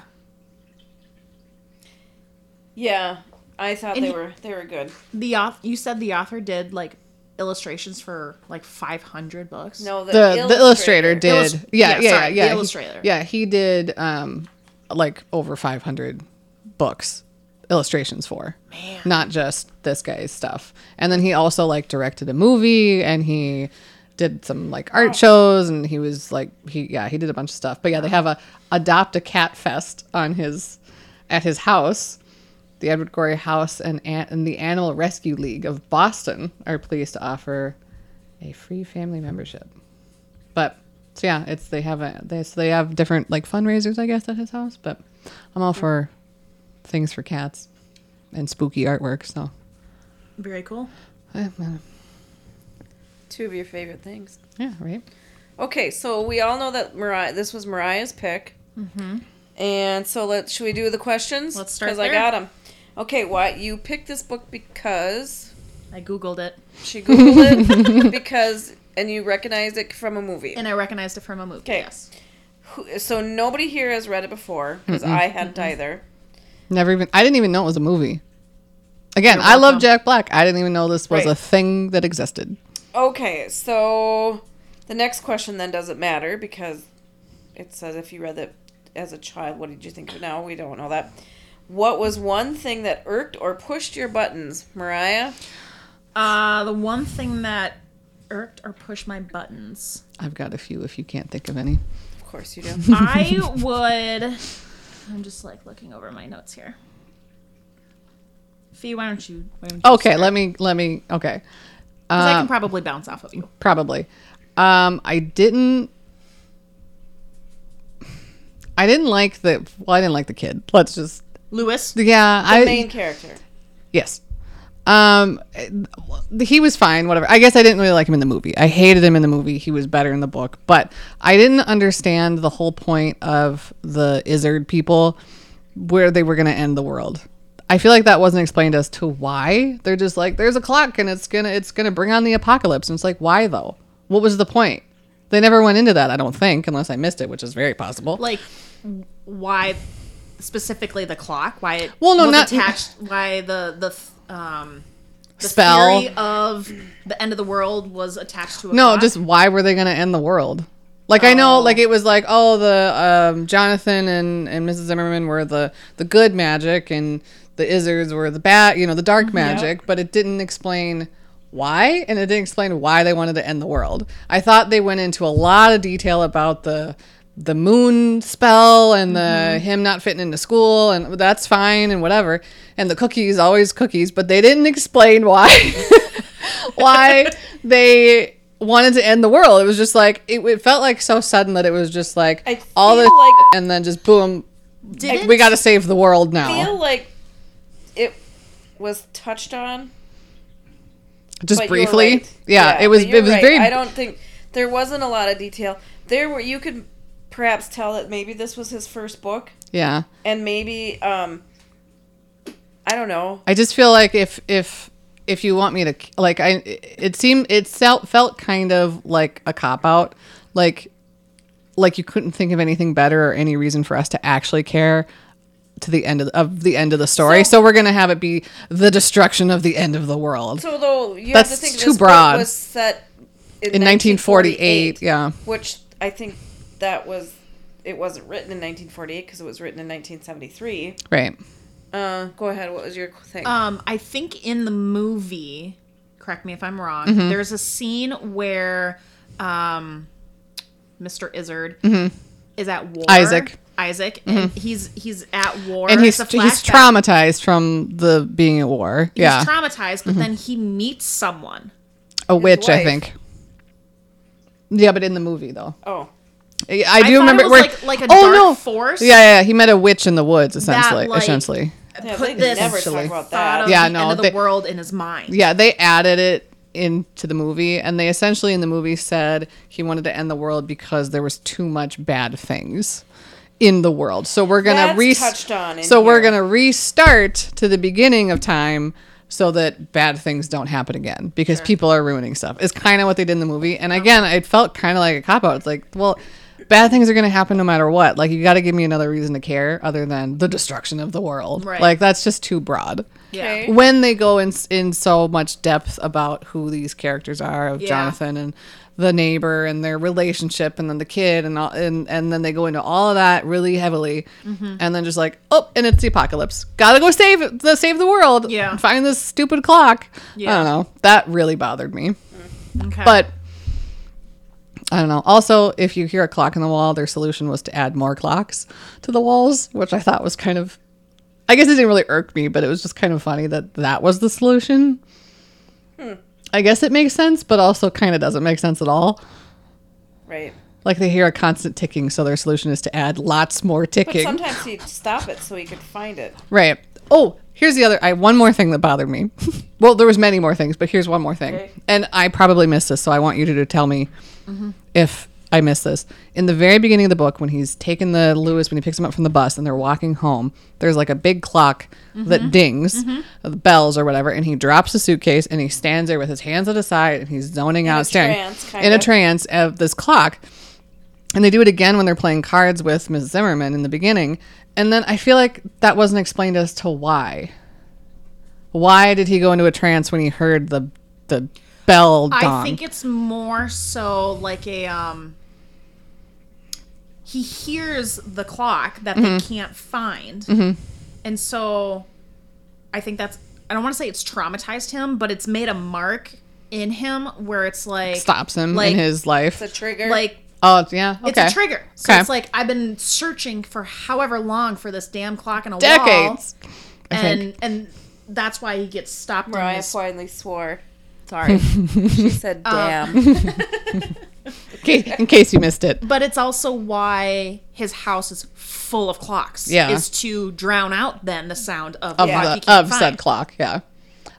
Speaker 4: Yeah, I thought
Speaker 2: And
Speaker 4: they
Speaker 2: he-
Speaker 4: were they were good.
Speaker 2: The author you said the author did like illustrations for like 500 books.
Speaker 4: No, the,
Speaker 1: The the illustrator did
Speaker 2: Illus-
Speaker 1: yeah
Speaker 2: yeah,
Speaker 1: yeah
Speaker 2: sorry,
Speaker 1: yeah
Speaker 2: the
Speaker 1: he-
Speaker 2: illustrator.
Speaker 1: yeah he did um like over five hundred books illustrations for
Speaker 2: Man.
Speaker 1: not just this guy's stuff and then he also like directed a movie and he did some like
Speaker 2: Oh.
Speaker 1: art shows and he was like he yeah he did a bunch of stuff but yeah they have a adopt a cat fest on his at his house the edward gorey house and, an- and the animal rescue league of boston are pleased to offer a free family membership but so yeah it's they have a they so they have different like fundraisers i guess at his house but i'm all for things for cats and spooky artwork. So,
Speaker 2: Very cool.
Speaker 1: eh, eh,
Speaker 4: two of your favorite things.
Speaker 1: yeah, right.
Speaker 4: Okay, so we all know that Mariah. This was Mariah's pick. Mm-hmm. And so let should we do the questions?
Speaker 2: Let's start
Speaker 4: I
Speaker 2: there.
Speaker 4: got them. Okay, why you picked this book because
Speaker 2: I googled it
Speaker 4: she googled it because and you recognized it from a movie.
Speaker 2: and I recognized it from a movie.
Speaker 4: 'Kay.
Speaker 2: Yes.
Speaker 4: Who- so nobody here has read it before because I hadn't either.
Speaker 1: Never even. I didn't even know it was a movie. Again, I
Speaker 2: welcome.
Speaker 1: love Jack Black. I didn't even know this was
Speaker 4: Right.
Speaker 1: a thing that existed.
Speaker 4: Okay, so the next question then doesn't matter because it says if you read it as a child, what did you think of it now? We don't know that. What was one thing that irked or pushed your buttons, Mariah?
Speaker 2: Uh the one thing that irked or pushed my buttons.
Speaker 1: I've got a few. If you can't think of any,
Speaker 4: Of course you do.
Speaker 2: I would I'm just like looking over my notes here. Fee, why don't you? Why don't you
Speaker 1: okay. Let me. Let me. Okay.
Speaker 2: 'Cause I
Speaker 1: Oh. Uh,
Speaker 2: can probably bounce off of you.
Speaker 1: probably. Um, I didn't. I didn't like the. Well, I didn't like the kid. Let's just.
Speaker 2: Lewis?
Speaker 1: Yeah, I.
Speaker 4: The main character.
Speaker 1: Yes. Um, he was fine. Whatever. I guess I didn't really like him in the movie. I hated him in the movie. He was better in the book, but I didn't understand the whole point of the Izzard people, where they were going to end the world. I feel like that wasn't explained as to why. They're just like, there's a clock and it's gonna it's gonna bring on the apocalypse. And it's like, why though? What was the point? They never went into that. I don't think, unless I missed it, which is very possible.
Speaker 2: Like, w- why specifically the clock? Why it
Speaker 1: Well, no,
Speaker 2: was
Speaker 1: not-
Speaker 2: attached. Why the the th- um the
Speaker 1: Spell.
Speaker 2: theory of the end of the world was attached to a
Speaker 1: No,
Speaker 2: clock?
Speaker 1: just why were they going to end the world? Like I know, like it was like oh the um, Jonathan and and Mrs. Zimmerman were the the good magic and the Izzards were the bad, you know, the dark magic, but it didn't explain why and it didn't explain why they wanted to end the world. I thought they went into a lot of detail about the the moon spell and the
Speaker 2: Mm-hmm.
Speaker 1: him not fitting into school and that's fine and whatever and the cookies always cookies but they didn't explain why why they wanted to end the world. It was just like it, it felt like so sudden that it was just like
Speaker 4: I
Speaker 1: all this
Speaker 4: feel like-
Speaker 1: and then just boom,
Speaker 2: Didn't-
Speaker 1: we got to save the world
Speaker 4: I feel
Speaker 1: now.
Speaker 4: like it was touched on.
Speaker 1: Just
Speaker 4: but you were
Speaker 1: briefly,
Speaker 4: right.
Speaker 1: yeah, It was
Speaker 4: but you're
Speaker 1: it was
Speaker 4: right.
Speaker 1: very.
Speaker 4: I don't think there wasn't a lot of detail. There were you could perhaps tell that maybe this was his first book,
Speaker 1: yeah.
Speaker 4: and maybe um, I don't know.
Speaker 1: I just feel like if if if you want me to like I it seemed it felt felt kind of like a cop out like like you couldn't think of anything better or any reason for us to actually care to the end of, of the end of the story so,
Speaker 4: So-
Speaker 1: we're gonna have it be the destruction of the end of the world
Speaker 4: So though you
Speaker 1: That's
Speaker 4: have to think
Speaker 1: too
Speaker 4: this
Speaker 1: broad.
Speaker 4: book was set in,
Speaker 1: in 1948 yeah
Speaker 4: which I think that was it wasn't written in 1948 because it was written in 1973.
Speaker 1: right
Speaker 4: Uh, go ahead. What was your thing?
Speaker 2: Um, I think in the movie, correct me if I'm wrong.
Speaker 1: Mm-hmm.
Speaker 2: There's a scene where um, Mr. Izzard is at war.
Speaker 1: Mm-hmm. Isaac. Mm-hmm.
Speaker 2: Isaac, and he's he's at war.
Speaker 1: and he's
Speaker 2: It's a
Speaker 1: he's
Speaker 2: flashback.
Speaker 1: traumatized from the being at war
Speaker 2: He's
Speaker 1: yeah Mm-hmm.
Speaker 2: traumatized, but then he meets someone.
Speaker 1: a witch I
Speaker 4: wife.
Speaker 1: think yeah but in the movie though
Speaker 4: oh,
Speaker 1: I, I
Speaker 2: thought
Speaker 1: do
Speaker 2: it
Speaker 1: remember
Speaker 2: was
Speaker 1: where-
Speaker 2: like- like a dark force.
Speaker 1: Yeah, yeah, yeah. He met a witch in the woods, essentially.
Speaker 2: like-
Speaker 1: essentially,
Speaker 4: yeah,
Speaker 2: Put
Speaker 4: they
Speaker 2: this
Speaker 4: never
Speaker 1: Essentially.
Speaker 4: talk about
Speaker 2: Thought
Speaker 4: that.
Speaker 2: of
Speaker 1: Yeah,
Speaker 2: the
Speaker 1: no,
Speaker 2: end of the
Speaker 1: they-
Speaker 2: world in his mind.
Speaker 1: yeah. They added it into the movie, and they essentially in the movie said he wanted to end the world because there was too much bad things, in the world. So we're gonna
Speaker 4: That's
Speaker 1: re-
Speaker 4: touched on in
Speaker 1: So we're
Speaker 4: here.
Speaker 1: gonna restart to the beginning of time so that bad things don't happen again because people are ruining stuff. It's kind of what they did in the movie. And again, it felt kind of like a cop out. It's like, well, bad things are gonna happen no matter what. Like you got to give me another reason to care other than the destruction of the world.
Speaker 2: Right.
Speaker 1: Like that's just too broad
Speaker 2: Yeah.
Speaker 4: Okay.
Speaker 1: when they go in in so much depth about who these characters are of
Speaker 2: Yeah.
Speaker 1: Jonathan and the neighbor and their relationship and then the kid and all, and and then they go into all of that really heavily
Speaker 2: Mm-hmm.
Speaker 1: and then just like oh and it's the apocalypse gotta go save the save the world
Speaker 2: Yeah.
Speaker 1: find this stupid clock I
Speaker 2: Yeah.
Speaker 1: don't know that really bothered me
Speaker 2: Okay.
Speaker 1: but I don't know. Also, if you hear a clock on the wall, their solution was to add more clocks to the walls, which I thought was kind of. I guess it didn't really irk me, but it was just kind of funny that that was the solution. I guess it makes sense, but also kind of doesn't make sense at all.
Speaker 4: Right.
Speaker 1: Like they hear a constant ticking, so their solution is to add lots more
Speaker 4: But
Speaker 1: ticking.
Speaker 4: sometimes he'd stop it so he could find it.
Speaker 1: Right. Oh, here's the other. I one more thing that bothered me. well, there was many more things, but here's one more thing.
Speaker 4: Okay. Mm-hmm.
Speaker 1: And I probably missed this, so I want you to, to tell me if I missed this. In the very beginning of the book, when he's taking the Lewis, when he picks him up from the bus, and they're walking home, there's like a big clock
Speaker 4: Mm-hmm.
Speaker 1: that dings, the bells or whatever, and he drops the suitcase and he stands there with his hands at his side and he's zoning out, staring
Speaker 4: trance,
Speaker 1: in
Speaker 4: kinda.
Speaker 1: a trance of this clock. And they do it again when they're playing cards with Ms. Zimmerman in the beginning. And then I feel like that wasn't explained as to why. Why did he go into a trance when he heard the the bell dong?
Speaker 2: I think it's more so like a um he hears the clock that they
Speaker 1: Mm-hmm.
Speaker 2: can't find. And so I think that's I don't want to say it's traumatized him, but it's made a mark in him where it's like
Speaker 1: stops him
Speaker 2: like-
Speaker 1: in his life.
Speaker 4: It's a trigger.
Speaker 2: like
Speaker 1: oh yeah, okay.
Speaker 2: it's a trigger. So
Speaker 1: Okay.
Speaker 2: it's like I've been searching for however long for this damn clock in a wall.
Speaker 1: Decades. I
Speaker 2: And
Speaker 1: think.
Speaker 2: and that's why he gets stopped in
Speaker 4: Mariah
Speaker 2: this-
Speaker 4: finally swore.
Speaker 2: Sorry. Uh,
Speaker 4: She said, "Damn."
Speaker 1: Ca- in case you missed it.
Speaker 2: But it's also why his house is full of clocks.
Speaker 1: Yeah.
Speaker 2: Is to drown out then the sound of,
Speaker 1: Of
Speaker 2: the clock you
Speaker 1: the
Speaker 2: can't
Speaker 1: of
Speaker 2: find.
Speaker 1: said clock, yeah.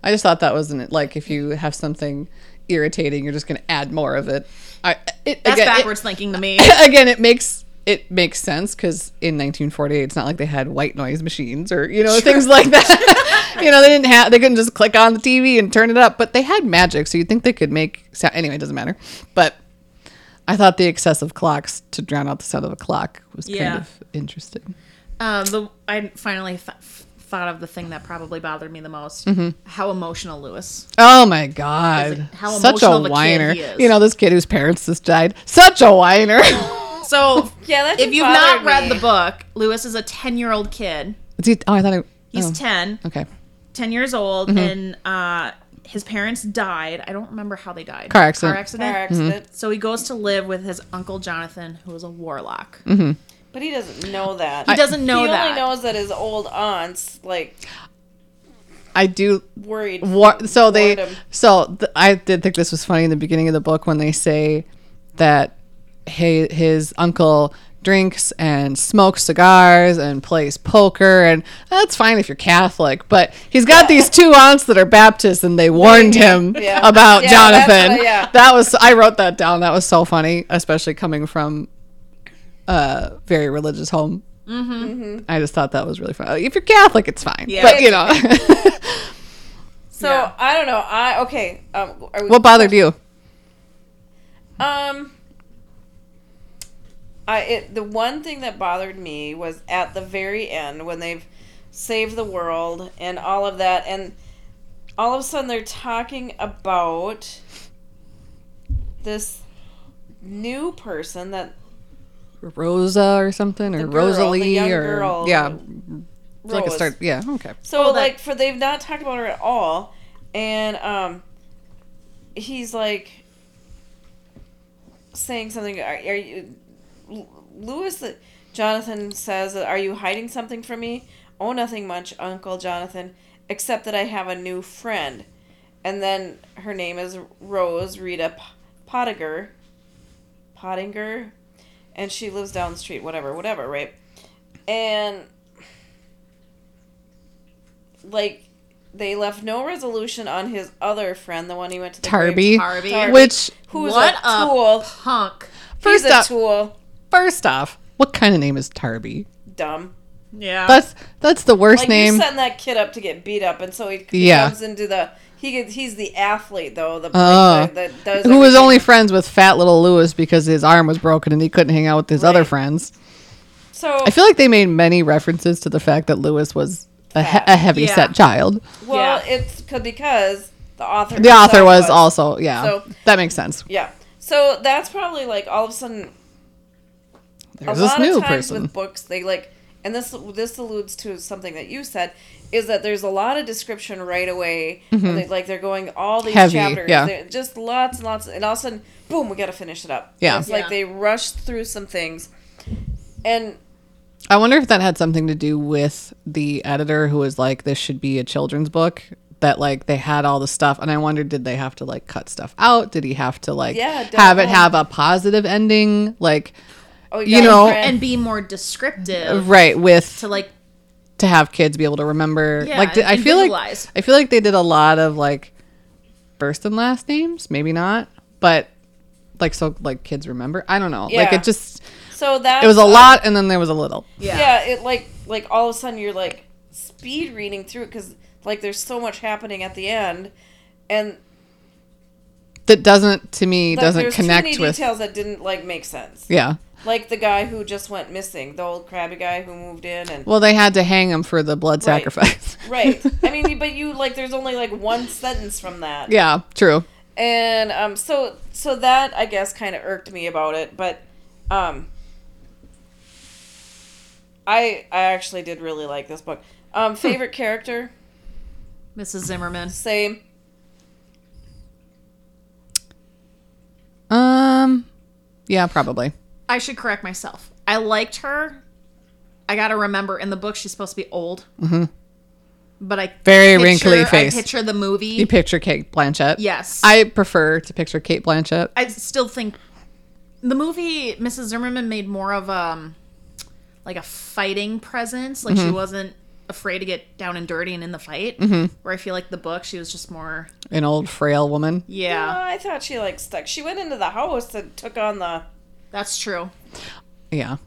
Speaker 1: I just thought that wasn't it. Like if you have something irritating, you're just gonna add more of it. I it,
Speaker 2: That's
Speaker 1: again, it-
Speaker 2: backwards thinking to me.
Speaker 1: again, it makes it makes sense because in 1948, it's not like they had white noise machines or you know things like that. you know, they didn't have they couldn't just click on the TV and turn it up, but they had magic, so you'd think they could make sound. Anyway, it doesn't matter. But I thought the excessive clocks to drown out the sound of a clock was
Speaker 2: Yeah.
Speaker 1: kind of interesting.
Speaker 2: um, the, I finally th- thought of the thing that probably bothered me the most.
Speaker 1: Mm-hmm.
Speaker 2: How emotional Lewis.
Speaker 1: Oh my god,
Speaker 2: It's like how
Speaker 1: such a
Speaker 2: emotional of a kid
Speaker 1: whiner!
Speaker 2: he is.
Speaker 1: You know, this kid whose parents just died, such a whiner. Oh.
Speaker 2: So
Speaker 4: Yeah, that
Speaker 2: if
Speaker 4: did
Speaker 2: you've
Speaker 4: bother
Speaker 2: not read
Speaker 4: me.
Speaker 2: the book, Lewis is a 10 year old kid.
Speaker 1: Is he- oh, I thought I,
Speaker 2: He's
Speaker 1: oh,
Speaker 2: 10.
Speaker 1: okay. Mm-hmm.
Speaker 2: 10 years old and uh, his parents died. I don't remember how they died.
Speaker 1: Car accident.
Speaker 2: Car
Speaker 4: Car
Speaker 2: accident.
Speaker 4: accident.
Speaker 1: Mm-hmm.
Speaker 2: So he goes to live with his uncle Jonathan, who is a warlock.
Speaker 1: Mm-hmm.
Speaker 4: But he doesn't know that.
Speaker 2: He doesn't know
Speaker 4: he
Speaker 2: that.
Speaker 4: only knows that his old aunts like
Speaker 1: I do
Speaker 4: worried.
Speaker 1: War- so they
Speaker 4: Warned him.
Speaker 1: so th- I did think this was funny in the beginning of the book when they say that he, his uncle drinks and smokes cigars and plays poker and that's fine if you're Catholic, but he's got these two aunts that are Baptists and they warned him
Speaker 4: Yeah.
Speaker 1: about
Speaker 4: Yeah, that's
Speaker 1: Jonathan.
Speaker 4: what- yeah.
Speaker 1: That was I wrote that down. That was so funny, especially coming from a very religious home.
Speaker 4: Mm-hmm.
Speaker 1: I just thought that was really funny. If you're Catholic, it's fine.
Speaker 2: Yeah.
Speaker 1: But you know,
Speaker 4: So
Speaker 2: Yeah.
Speaker 4: I don't know. I okay. Um, are we,
Speaker 1: what bothered you?
Speaker 4: Um, I it, the one thing that bothered me was at the very end when they've saved the world and all of that, and all of a sudden they're talking about this new person that
Speaker 1: Rosa or something, or
Speaker 4: The girl, the
Speaker 1: Rosalie,
Speaker 4: young
Speaker 1: or
Speaker 4: girl,
Speaker 1: yeah,
Speaker 4: Rose.
Speaker 1: like a start. Yeah, okay.
Speaker 4: So
Speaker 2: Well, that-
Speaker 4: like for they've not talked about her at all, and um, he's like saying something. Are, are you, L- Lewis? uh, Jonathan says, uh, "Are you hiding something from me?" Oh, nothing much, Uncle Jonathan, except that I have a new friend, and then her name is Rose Rita P- Pottinger, Pottinger, and she lives down the street. Whatever, whatever, right? And like they left no resolution on his other friend, the one he went to the
Speaker 1: Tarby,
Speaker 4: grave-
Speaker 2: Harvey.
Speaker 4: Tarby.
Speaker 1: which
Speaker 4: who's
Speaker 2: what
Speaker 4: a tool.
Speaker 2: punk.
Speaker 1: first
Speaker 4: He's a
Speaker 1: off,
Speaker 4: tool.
Speaker 1: first off, What kind of name is Tarby?
Speaker 4: Dumb.
Speaker 2: Yeah.
Speaker 1: That's that's the worst
Speaker 4: Uh, Like
Speaker 1: name.
Speaker 4: you setting that kid up to get beat up, and so he
Speaker 1: Yeah.
Speaker 4: comes into the he gets, he's the athlete though the
Speaker 1: Oh.
Speaker 4: that, that does
Speaker 1: who was
Speaker 4: everything.
Speaker 1: only friends with fat little Lewis because his arm was broken and he couldn't hang out with his other
Speaker 4: Right.
Speaker 1: friends.
Speaker 4: so
Speaker 1: I feel like they made many references to the fact that Lewis was a, he- a heavy set
Speaker 2: Yeah.
Speaker 1: child.
Speaker 4: well
Speaker 2: Yeah.
Speaker 4: it's c- because the author
Speaker 1: The author
Speaker 4: himself
Speaker 1: was also yeah.
Speaker 4: So-
Speaker 1: that makes sense.
Speaker 4: yeah so that's probably like all of a sudden
Speaker 1: There's
Speaker 4: a
Speaker 1: this
Speaker 4: lot
Speaker 1: new
Speaker 4: of times
Speaker 1: person.
Speaker 4: with books they like and this this alludes to something that you said is that there's a lot of description right away and they, like they're going all these
Speaker 1: Mm-hmm. Heavy,
Speaker 4: chapters
Speaker 1: yeah.
Speaker 4: They're just lots and lots and all of a sudden boom we gotta finish it up
Speaker 1: Yeah.
Speaker 4: it's
Speaker 2: Yeah.
Speaker 4: like they rushed through some things and
Speaker 1: I wonder if that had something to do with the editor who was like, this should be a children's book. That like they had all the stuff, and I wondered, did they have to like cut stuff out? Did he have to like
Speaker 4: Yeah, don't
Speaker 1: have it
Speaker 4: know.
Speaker 1: have a positive ending? Like
Speaker 4: oh
Speaker 1: You
Speaker 4: got
Speaker 1: know,
Speaker 4: friend.
Speaker 2: and be more descriptive
Speaker 1: right with
Speaker 2: to like
Speaker 1: to have kids be able to remember.
Speaker 2: Yeah,
Speaker 1: like did, I
Speaker 2: and
Speaker 1: feel
Speaker 2: visualize.
Speaker 1: like I feel like they did a lot of like first and last names, maybe not, but like so like kids remember. I don't know. Like
Speaker 4: Yeah.
Speaker 1: it just
Speaker 4: so that
Speaker 1: it was a lot, and then there was a little.
Speaker 4: yeah. it like like all of a sudden you're like speed reading through it because like there's so much happening at the end and
Speaker 1: That doesn't to me
Speaker 4: like,
Speaker 1: doesn't
Speaker 4: there's too
Speaker 1: connect
Speaker 4: many
Speaker 1: with
Speaker 4: details that didn't like make sense
Speaker 1: yeah.
Speaker 4: like the guy who just went missing the old crabby guy who moved in and
Speaker 1: Well, they had to hang him for the blood
Speaker 4: Right.
Speaker 1: sacrifice.
Speaker 4: right i mean but you like there's only like one sentence from that
Speaker 1: yeah, true.
Speaker 4: and um so so that i guess kind of irked me about it but um i i actually did really like this book
Speaker 1: Hmm.
Speaker 4: um favorite character
Speaker 2: Mrs. Zimmerman.
Speaker 4: same
Speaker 1: Um, yeah, probably.
Speaker 2: I should correct myself. I liked her. I gotta remember in the book she's supposed to be old. Mm-hmm. But I
Speaker 1: Very wrinkly
Speaker 2: I
Speaker 1: face.
Speaker 2: picture the movie.
Speaker 1: You picture Kate Blanchett.
Speaker 2: yes, I
Speaker 1: I prefer to picture Kate Blanchett.
Speaker 2: I still think the movie Mrs. Zimmerman made more of um like a fighting presence. Like
Speaker 1: Mm-hmm.
Speaker 2: she wasn't afraid to get down and dirty and in the fight. Where I feel like the book she was just more
Speaker 1: An old frail woman.
Speaker 2: yeah.
Speaker 4: No, i thought she like stuck she went into the house and took on the
Speaker 2: That's true.
Speaker 1: Yeah.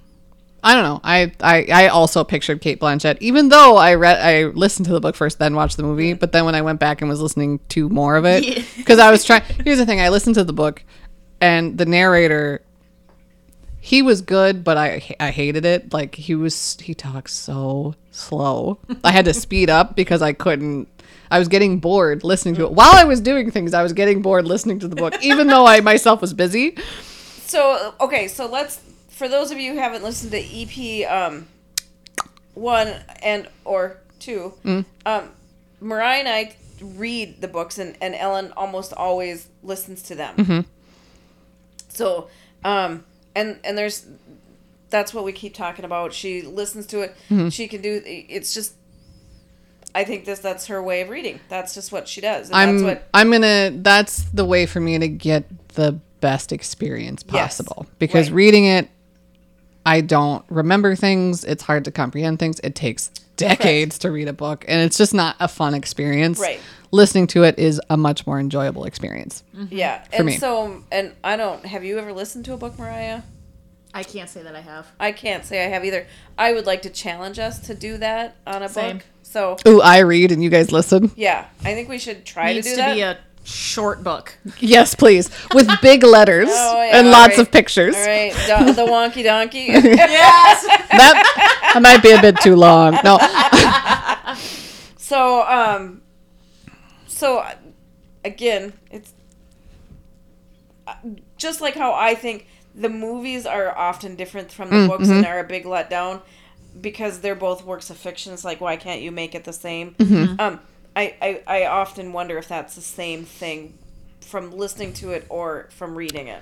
Speaker 1: I don't know. I, I I also pictured Kate Blanchett, even though I read I listened to the book first, then watched the movie. But then when I went back and was listening to more of
Speaker 2: Yeah.
Speaker 1: it, because I was trying. Here's the thing: I listened to the book, and the narrator. He was good, but I I hated it. Like he was he talks so slow. I had to speed up because I couldn't. I was getting bored listening to it while I was doing things. I was getting bored listening to the book, even though I myself was busy.
Speaker 4: So okay, so let's for those of you who haven't listened to EP um one and or two, um Mariah and I read the books and, and Ellen almost always listens to them. So um and and there's that's what we keep talking about. She listens to it. She can do it's just I think this that's her way of reading. That's just what she does. And
Speaker 1: I'm
Speaker 4: that's what
Speaker 1: I'm gonna that's the way for me to get the best experience
Speaker 4: Yes.
Speaker 1: possible. Because
Speaker 4: Right.
Speaker 1: reading it, I don't remember things. It's hard to comprehend things. It takes decades to read a book and it's just not a fun experience.
Speaker 4: Right.
Speaker 1: Listening to it is a much more enjoyable experience.
Speaker 4: yeah. And
Speaker 1: me.
Speaker 4: so and I don't have you ever listened to a book, Mariah?
Speaker 2: I can't say that I have.
Speaker 4: I can't say I have either. I would like to challenge us to do that on a
Speaker 2: Same.
Speaker 4: book. So
Speaker 1: Ooh, I read and you guys listen.
Speaker 4: yeah, I think we should try
Speaker 2: needs
Speaker 4: to do
Speaker 2: to
Speaker 4: that.
Speaker 2: be a short book.
Speaker 1: Yes, please. With big letters
Speaker 4: Oh, yeah,
Speaker 1: and
Speaker 4: all
Speaker 1: lots
Speaker 4: right.
Speaker 1: of pictures.
Speaker 4: All right, do- the wonky donkey.
Speaker 1: That that might be a bit too long. No.
Speaker 4: so um, so uh, again, it's uh, just like how I think the movies are often different from the books
Speaker 1: Mm-hmm.
Speaker 4: and are a big letdown because they're both works of fiction. It's like why can't you make it the same?
Speaker 1: Mm-hmm.
Speaker 4: Um, I, I I often wonder if that's the same thing from listening to it or from reading it.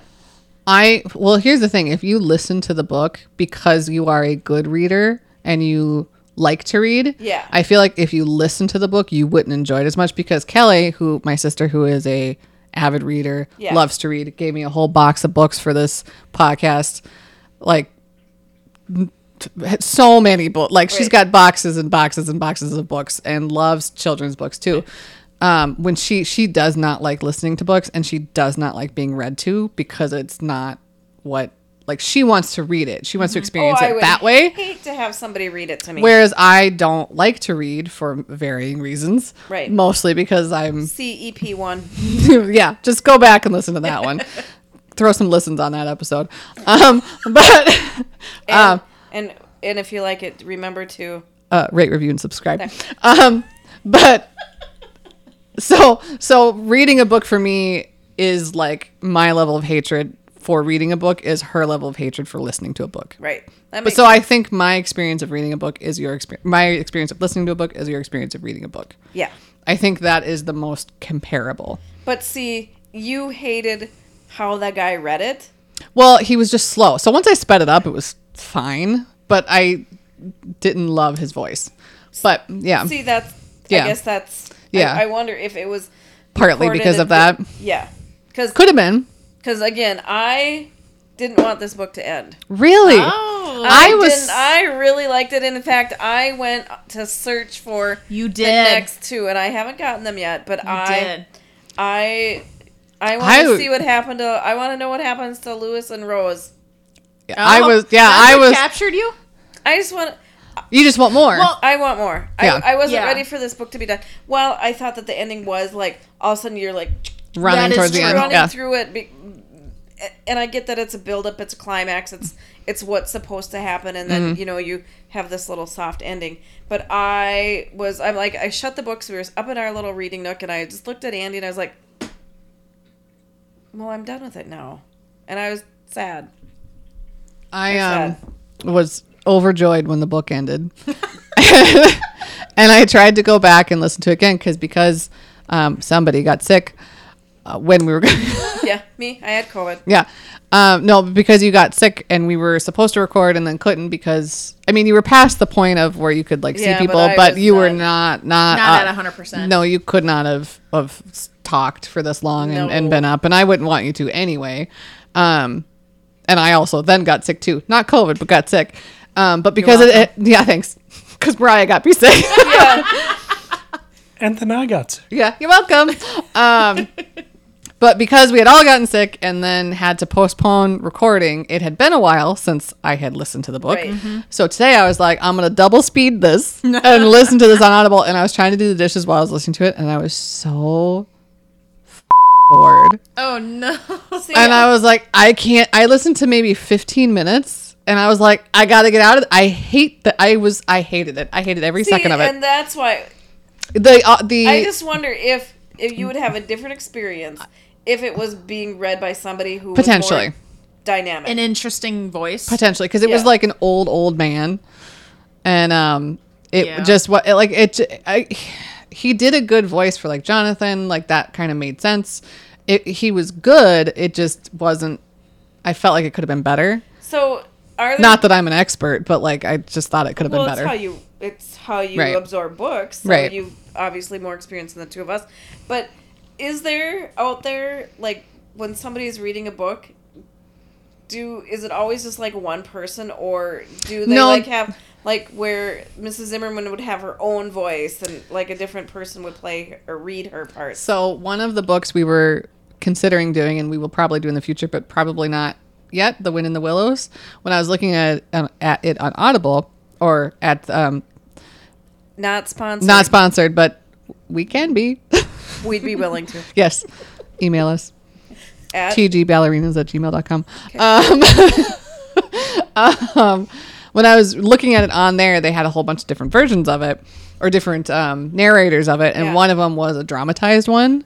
Speaker 1: I well, here's the thing: if you listen to the book because you are a good reader and you like to read,
Speaker 4: Yeah.
Speaker 1: I feel like if you listen to the book, you wouldn't enjoy it as much because Kelly, who my sister, who is a avid reader,
Speaker 4: Yeah.
Speaker 1: loves to read, gave me a whole box of books for this podcast, like had so many books. Like she's
Speaker 4: Right.
Speaker 1: got boxes and boxes and boxes of books, and loves children's books too. Um, when she she does not like listening to books, and she does not like being read to because it's not what like she wants to read it. She wants to experience
Speaker 4: Mm-hmm. Oh, I
Speaker 1: it
Speaker 4: would
Speaker 1: that way.
Speaker 4: Hate to have somebody read it to me.
Speaker 1: Whereas I don't like to read for varying reasons.
Speaker 4: Right.
Speaker 1: Mostly because I'm,
Speaker 4: CEP E one.
Speaker 1: yeah, just go back and listen to that one. Throw some listens on that episode. Um, but
Speaker 4: And,
Speaker 1: Ah.
Speaker 4: and and if you like it, remember to
Speaker 1: uh, rate, review, and subscribe. Um, but so so reading a book for me is like my level of hatred for reading a book is her level of hatred for listening to a book.
Speaker 4: right. That
Speaker 1: But
Speaker 4: makes
Speaker 1: so I think my experience of reading a book is your experience. My experience of listening to a book is your experience of reading a book.
Speaker 4: yeah.
Speaker 1: I think that is the most comparable.
Speaker 4: But see, you hated how that guy read it.
Speaker 1: Well, he was just slow. So once I sped it up, it was fine, but I didn't love his voice. But yeah,
Speaker 4: See, that's
Speaker 1: Yeah.
Speaker 4: I guess that's I-
Speaker 1: Yeah.
Speaker 4: I, wonder if it was
Speaker 1: partly
Speaker 4: recorded
Speaker 1: because
Speaker 4: at
Speaker 1: of that.
Speaker 4: the- yeah, because
Speaker 1: Could have been.
Speaker 4: because again, I didn't want this book to end.
Speaker 1: Really?
Speaker 2: Oh,
Speaker 1: I was-
Speaker 4: didn't- I really liked it. And in fact, I went to search for
Speaker 2: you
Speaker 4: the
Speaker 2: did.
Speaker 4: next two, and I haven't gotten them yet. But
Speaker 2: you
Speaker 4: I
Speaker 2: did.
Speaker 4: I I want
Speaker 1: I-
Speaker 4: to see what happened to. I want to know what happens to Lewis and Rose.
Speaker 1: I
Speaker 2: Oh,
Speaker 1: was yeah,
Speaker 2: that's
Speaker 1: I
Speaker 2: what
Speaker 1: was
Speaker 2: captured you.
Speaker 4: I just want.
Speaker 1: you just want more.
Speaker 2: Well-
Speaker 4: I want more.
Speaker 1: Yeah.
Speaker 4: I, I wasn't
Speaker 2: Yeah.
Speaker 4: ready for this book to be done. Well, I thought that the ending was like all of a sudden you're like
Speaker 2: that
Speaker 1: running
Speaker 2: is
Speaker 1: towards the
Speaker 2: true.
Speaker 1: end.
Speaker 4: running
Speaker 1: Yeah.
Speaker 4: through it, be- and I get that it's a build up, it's a climax, it's it's what's supposed to happen, and
Speaker 1: Mm-hmm.
Speaker 4: then you know you have this little soft ending. But I was, I'm like, I shut the books. We were up in our little reading nook, and I just looked at Andy, and I was like, "Well, I'm done with it now," and I was sad.
Speaker 1: I um
Speaker 4: That's
Speaker 1: was overjoyed when the book ended, and I tried to go back and listen to it again because because um, somebody got sick uh, when we were
Speaker 4: yeah, me, I had COVID.
Speaker 1: yeah um, no because you got sick and we were supposed to record and then couldn't because I mean you were past the point of where you could like
Speaker 4: Yeah,
Speaker 1: see
Speaker 4: but
Speaker 1: people
Speaker 4: I
Speaker 1: but,
Speaker 4: was
Speaker 1: you were not not
Speaker 2: Not
Speaker 1: uh,
Speaker 2: at 100%.
Speaker 1: no you could not have have s- talked for this long and, and
Speaker 4: No.
Speaker 1: been up and I wouldn't want you to anyway. Um, and I also then got sick too. Not COVID, but got sick. Um, but because it, it, yeah, thanks. Because Mariah got me sick.
Speaker 3: And then I got sick.
Speaker 1: yeah, you're welcome. Um, but because we had all gotten sick and then had to postpone recording, it had been a while since I had listened to the book.
Speaker 4: Right. Mm-hmm.
Speaker 1: So today I was like, I'm gonna double speed this and listen to this on Audible. And I was trying to do the dishes while I was listening to it, and I was so f- bored.
Speaker 2: Oh no.
Speaker 4: See,
Speaker 1: And I was like, I can't. I listened to maybe 15 minutes, and I was like, I gotta get out of. I hate that. I was. I hated it. I hated every
Speaker 4: see,
Speaker 1: second of it.
Speaker 4: and that's why
Speaker 1: the uh, the
Speaker 4: I just wonder if if you would have a different experience if it was being read by somebody who was more
Speaker 1: Potentially.
Speaker 4: dynamic.
Speaker 2: An interesting voice.
Speaker 1: potentially because it was
Speaker 4: Yeah.
Speaker 1: like an old old man, and um, it
Speaker 2: Yeah.
Speaker 1: just what it, like it. j- I, he did a good voice for like Jonathan. Like that kind of made sense. It, he was good. It just wasn't. I felt like it could have been better.
Speaker 4: so are there,
Speaker 1: Not that I'm an expert, but like I just thought it could have
Speaker 4: well,
Speaker 1: been
Speaker 4: it's
Speaker 1: better.
Speaker 4: how you it's how you
Speaker 1: Right.
Speaker 4: absorb books. So
Speaker 1: Right.
Speaker 4: You obviously more experience than the two of us, but is there out there like when somebody is reading a book? Do is it always just like one person, or do they
Speaker 1: No.
Speaker 4: like have like where Mrs. Zimmerman would have her own voice and like a different person would play or read her part?
Speaker 1: So one of the books we were considering doing, and we will probably do in the future, but probably not yet. The Wind in the Willows. When I was looking at um, at it on Audible or at um,
Speaker 4: Not sponsored.
Speaker 1: not sponsored, but we can be.
Speaker 4: We'd be willing to.
Speaker 1: yes, email us
Speaker 4: At,
Speaker 1: tgballerinas at gmail.com. Um, um, when I was looking at it on there, they had a whole bunch of different versions of it or different um, narrators of it. And
Speaker 4: Yeah.
Speaker 1: one of them was a dramatized one.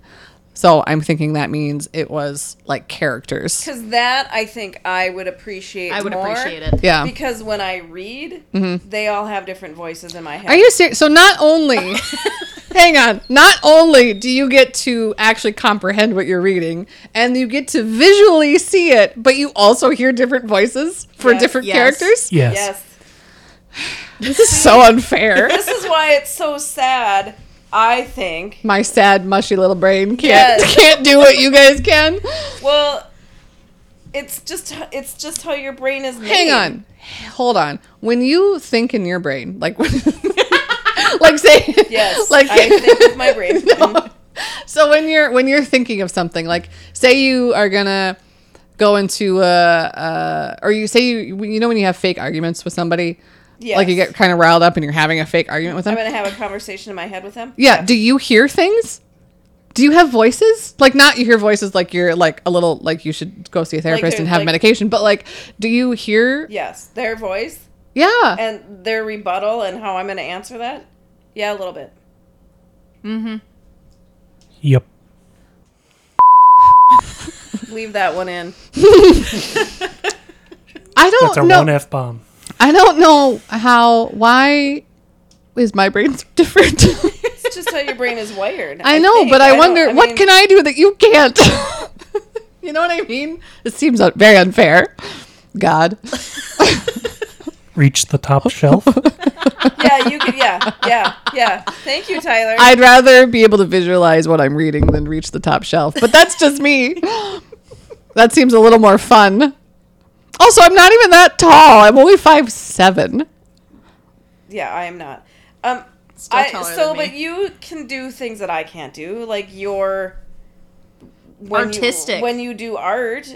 Speaker 1: So I'm thinking that means it was like characters.
Speaker 4: Because that I think I would appreciate.
Speaker 2: I would
Speaker 4: more
Speaker 2: appreciate it.
Speaker 1: Yeah. Mm-hmm.
Speaker 4: Because when I read, they all have different voices in my head.
Speaker 1: Are you serious? So not only, hang on, not only do you get to actually comprehend what you're reading, and you get to visually see it, but you also hear different voices for
Speaker 4: Yes.
Speaker 1: different
Speaker 2: Yes.
Speaker 1: characters.
Speaker 3: Yes.
Speaker 4: Yes.
Speaker 1: This is so unfair.
Speaker 4: This is why it's so sad. I think.
Speaker 1: My sad, mushy little brain can't
Speaker 4: Yes.
Speaker 1: can't do what you guys can.
Speaker 4: Well, it's just it's just how your brain is. Made.
Speaker 1: Hang on, hold on. When you think in your brain, like when, like say,
Speaker 4: Yes.
Speaker 1: like
Speaker 4: I think with my brain.
Speaker 1: so when you're when you're thinking of something like say you are gonna go into uh, uh or you say you you know when you have fake arguments with somebody like you
Speaker 4: Yes.
Speaker 1: get kind of riled up and you're having a fake argument with them
Speaker 4: I'm gonna have a conversation in my head with him.
Speaker 1: yeah. Do you hear things? Do you have voices? Like not you hear voices like you're like a little like you should go see a therapist
Speaker 4: they're-
Speaker 1: and have
Speaker 4: like-
Speaker 1: medication, but like do you hear
Speaker 4: Yes, their voice
Speaker 1: Yeah.
Speaker 4: and their rebuttal and how I'm gonna answer that. Yeah, a little bit.
Speaker 3: Yep.
Speaker 4: Leave that one in.
Speaker 1: I
Speaker 3: That's our
Speaker 1: don't know
Speaker 3: one F bomb.
Speaker 1: I don't know how why is my brain different?
Speaker 4: It's just how your brain is wired.
Speaker 1: I know,
Speaker 4: think.
Speaker 1: but I,
Speaker 4: don't-
Speaker 1: wonder what
Speaker 4: mean,
Speaker 1: can I do that you can't? you know what I mean? It seems uh, very unfair. God.
Speaker 3: Reach the top shelf.
Speaker 4: Yeah, you can. Yeah, yeah, yeah. Thank you, Tyler.
Speaker 1: I'd rather be able to visualize what I'm reading than reach the top shelf, but that's just me. that seems a little more fun. Also, I'm not even that tall. I'm only five seven.
Speaker 4: yeah, I am not. Um,
Speaker 2: Still
Speaker 4: I,
Speaker 2: taller
Speaker 4: so
Speaker 2: than me.
Speaker 4: but you can do things that I can't do, like your when
Speaker 2: Artistic.
Speaker 4: You, when you do art,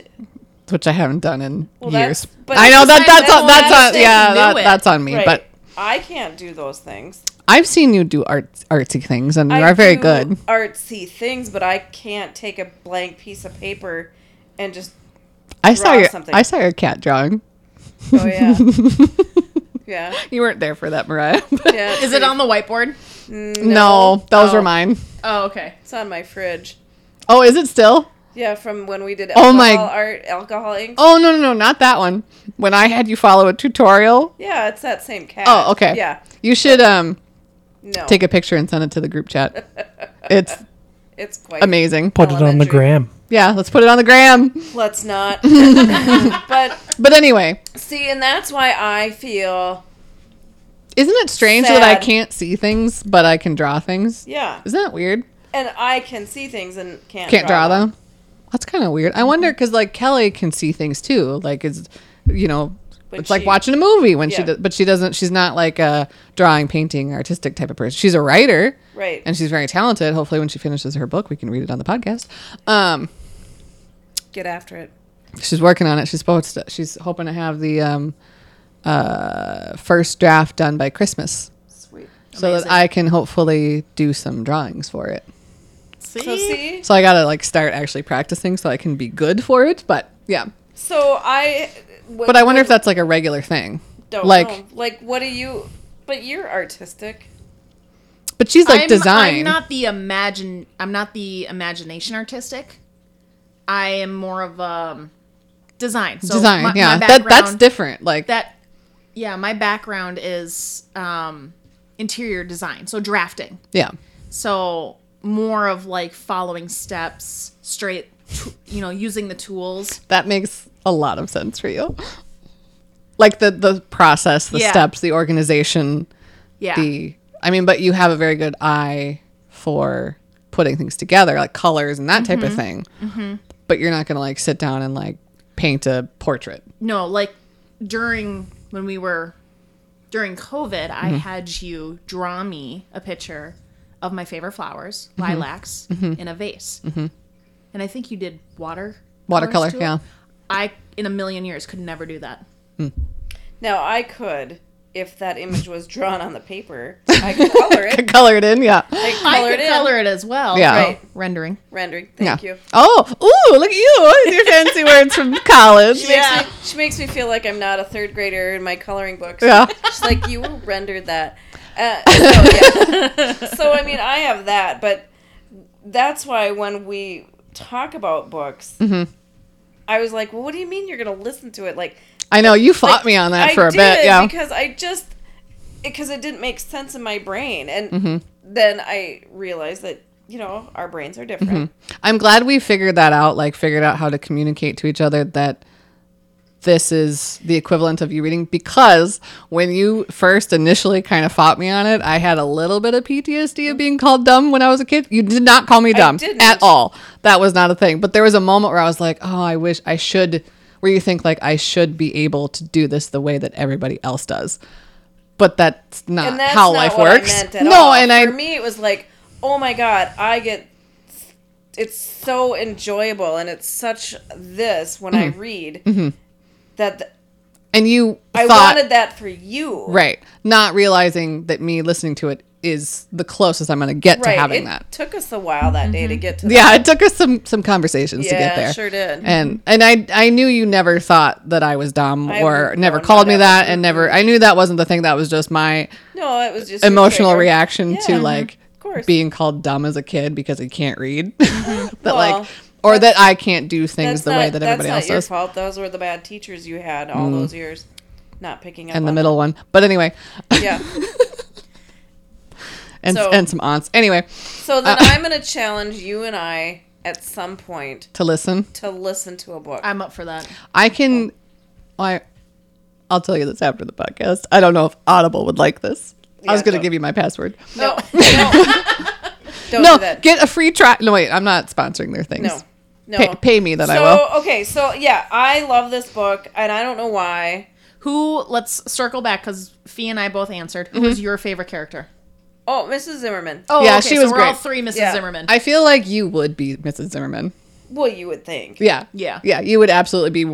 Speaker 1: which I haven't done in
Speaker 4: Well,
Speaker 1: years.
Speaker 4: that's- but
Speaker 1: I know that
Speaker 2: that's
Speaker 1: that's
Speaker 2: why
Speaker 1: on, that's
Speaker 2: I
Speaker 1: on, yeah
Speaker 2: knew
Speaker 1: that,
Speaker 2: it.
Speaker 1: that's on me.
Speaker 4: right?
Speaker 1: But
Speaker 4: I can't do those things.
Speaker 1: I've seen you do art artsy things, and you
Speaker 4: I
Speaker 1: are very
Speaker 4: do
Speaker 1: good.
Speaker 4: Artsy things, but I can't take a blank piece of paper and just
Speaker 1: I saw
Speaker 4: draw
Speaker 1: your
Speaker 4: something.
Speaker 1: I saw your cat drawing.
Speaker 4: oh yeah, yeah,
Speaker 1: You weren't there for that, Mariah.
Speaker 4: yeah.
Speaker 2: Is it on the whiteboard?
Speaker 1: no, those
Speaker 4: Oh.
Speaker 1: were mine.
Speaker 2: Oh, okay.
Speaker 4: It's on my fridge.
Speaker 1: Oh, is it still?
Speaker 4: Yeah, from when we did
Speaker 1: Oh
Speaker 4: alcohol
Speaker 1: my-
Speaker 4: art, alcohol ink.
Speaker 1: Oh no no no, not that one. When I had you follow a tutorial.
Speaker 4: Yeah, it's that same cat.
Speaker 1: Oh okay.
Speaker 4: Yeah,
Speaker 1: You should um
Speaker 4: no,
Speaker 1: take a picture and send it to the group chat. It's
Speaker 4: it's quite.
Speaker 1: amazing.
Speaker 3: Put it on the
Speaker 4: Elementary.
Speaker 3: gram.
Speaker 1: Yeah, let's put it on the gram.
Speaker 4: Let's not. but
Speaker 1: But anyway,
Speaker 4: see, and that's why I feel
Speaker 1: isn't it strange that I
Speaker 4: Sad.
Speaker 1: can't see things but I can draw things?
Speaker 4: yeah,
Speaker 1: Isn't that weird?
Speaker 4: and I can see things and can't
Speaker 1: can't draw,
Speaker 4: them.
Speaker 1: them. That's kind of weird. I
Speaker 4: Mm-hmm.
Speaker 1: wonder because like Kelly can see things too. Like it's, you know,
Speaker 4: When
Speaker 1: it's like
Speaker 4: she-
Speaker 1: watching a movie when she
Speaker 4: Yeah.
Speaker 1: does, but she doesn't. She's not like a drawing, painting, artistic type of person. She's a writer,
Speaker 4: Right.
Speaker 1: and she's very talented. Hopefully, when she finishes her book, we can read it on the podcast. Um,
Speaker 4: Get after it.
Speaker 1: she's working on it. She's supposed. To, she's hoping to have the um, uh, first draft done by Christmas,
Speaker 4: Sweet.
Speaker 1: so that
Speaker 2: Amazing.
Speaker 1: I can hopefully do some drawings for it.
Speaker 2: See?
Speaker 4: So see,
Speaker 1: So I gotta like start actually practicing so I can be good for it. But yeah.
Speaker 4: so I. When,
Speaker 1: But I wonder if that's like a regular thing.
Speaker 4: don't
Speaker 1: like,
Speaker 4: know. like what do you? But you're artistic.
Speaker 1: but she's like
Speaker 2: I'm,
Speaker 1: design.
Speaker 2: I'm not the imagine. I'm not the imagination artistic. I am more of um design. So
Speaker 1: design,
Speaker 2: my- my
Speaker 1: yeah. that that's
Speaker 2: background-
Speaker 1: different. Like,
Speaker 2: that yeah my background is um interior design so drafting
Speaker 1: yeah,
Speaker 2: so more of like following steps straight t- you know using the tools
Speaker 1: that makes a lot of sense for you. Like the the process, the
Speaker 2: Yeah.
Speaker 1: steps, the organization,
Speaker 2: yeah
Speaker 1: the. I mean, but you have a very good eye for putting things together, like colors and that
Speaker 2: Mm-hmm.
Speaker 1: type of thing. But you're not gonna like sit down and like paint a portrait.
Speaker 2: no like during when we were during covid i
Speaker 1: Mm-hmm.
Speaker 2: had you draw me a picture of my favorite flowers
Speaker 1: Mm-hmm.
Speaker 2: lilacs in a vase and i think you did water
Speaker 1: Watercolor,
Speaker 2: to it.
Speaker 1: yeah.
Speaker 2: i in a million years could never do that
Speaker 4: Now I could, if that image was drawn on the paper, I could color it.
Speaker 1: Color it in, yeah.
Speaker 4: I
Speaker 2: I
Speaker 4: color
Speaker 2: could
Speaker 4: it in.
Speaker 2: color it as well. Oh.
Speaker 1: Yeah.
Speaker 2: so
Speaker 4: Right.
Speaker 2: Rendering.
Speaker 4: Rendering. Thank
Speaker 1: yeah.
Speaker 4: you.
Speaker 1: Oh, ooh, look at you. Your fancy words from college.
Speaker 4: She, makes me, she makes me feel like I'm not a third grader in my coloring books.
Speaker 1: Yeah.
Speaker 4: She's like, you rendered that. Uh, so, yeah. so, I mean, I have that, but that's why when we talk about books,
Speaker 1: Mm-hmm.
Speaker 4: I was like, well, what do you mean you're going to listen to it? Like,
Speaker 1: I know you fought me on that
Speaker 4: I
Speaker 1: for a
Speaker 4: did
Speaker 1: bit. Yeah.
Speaker 4: Because I just, because it didn't make sense in my brain. And
Speaker 1: Mm-hmm.
Speaker 4: then I realized that, you know, our brains are different.
Speaker 1: Mm-hmm. I'm glad we figured that out, like figured out how to communicate to each other that this is the equivalent of you reading because when you first initially kind of fought me on it, I had a little bit of PTSD of being called dumb when I was a kid. You did not call me dumb
Speaker 4: didn't.
Speaker 1: at all. That was not a thing. But there was a moment where I was like, "Oh, I wish I should where you think like I should be able to do this the way that everybody else does." But that's not
Speaker 4: and that's
Speaker 1: how
Speaker 4: not
Speaker 1: life
Speaker 4: what
Speaker 1: works.
Speaker 4: I meant at
Speaker 1: no,
Speaker 4: all.
Speaker 1: and
Speaker 4: for
Speaker 1: I
Speaker 4: me it was like, oh my god, I get it's so enjoyable and it's such this when
Speaker 1: Mm-hmm.
Speaker 4: I read that th-
Speaker 1: And you
Speaker 4: I
Speaker 1: thought
Speaker 4: wanted that for you.
Speaker 1: right, not realizing that me listening to it is the closest I'm going to get
Speaker 4: Right.
Speaker 1: to having
Speaker 4: it
Speaker 1: that. Mm-hmm.
Speaker 4: took us a while that day to get to
Speaker 1: Yeah, it took us some some conversations
Speaker 4: that.
Speaker 1: to get
Speaker 4: Yeah,
Speaker 1: there.
Speaker 4: sure did.
Speaker 1: And and I I knew you never thought that I was dumb
Speaker 4: I
Speaker 1: or
Speaker 4: would-
Speaker 1: never
Speaker 4: no,
Speaker 1: called me
Speaker 4: no,
Speaker 1: that and never I knew that wasn't the thing that was just my
Speaker 4: no, it was just your
Speaker 1: emotional
Speaker 4: favorite.
Speaker 1: reaction
Speaker 4: Yeah,
Speaker 1: to like
Speaker 4: Of course. Mm-hmm.
Speaker 1: being called dumb as a kid because I can't read. that
Speaker 4: Well,
Speaker 1: like or that I can't do things the way that
Speaker 4: that's
Speaker 1: everybody
Speaker 4: not
Speaker 1: else
Speaker 4: your
Speaker 1: does.
Speaker 4: fault. Those were the bad teachers you had all those years, not picking up.
Speaker 1: And the
Speaker 4: on
Speaker 1: middle one. But anyway,
Speaker 4: them. Yeah.
Speaker 1: and
Speaker 4: So-
Speaker 1: and some aunts. Anyway, Uh,
Speaker 4: So then I'm gonna challenge you and I at some point
Speaker 1: to listen.
Speaker 4: to listen to a book.
Speaker 2: I'm up for that.
Speaker 1: I can I I'll tell you this after the podcast. I don't know if Audible would like this. I was going
Speaker 4: Yeah,
Speaker 1: to
Speaker 4: don't-
Speaker 1: give you my password.
Speaker 4: no, no. Don't do
Speaker 1: No,
Speaker 4: that.
Speaker 1: get a free try. No, wait, I'm not sponsoring their things.
Speaker 4: No. No.
Speaker 1: Pay, pay me, then
Speaker 4: so,
Speaker 1: I will.
Speaker 4: okay, so yeah, I love this book and I don't know why.
Speaker 2: Who? Let's circle back because Fee and I both answered. Who was your favorite character?
Speaker 4: Oh, Mrs. Zimmerman.
Speaker 2: Oh,
Speaker 1: Mm-hmm. Yeah, she
Speaker 2: so
Speaker 1: was
Speaker 2: we're all
Speaker 1: great.
Speaker 2: three Mrs.
Speaker 4: Yeah.
Speaker 2: Zimmerman.
Speaker 1: I feel like you would be Mrs. Zimmerman.
Speaker 4: Well, you would think.
Speaker 1: Yeah.
Speaker 2: Yeah.
Speaker 1: Yeah. You would absolutely be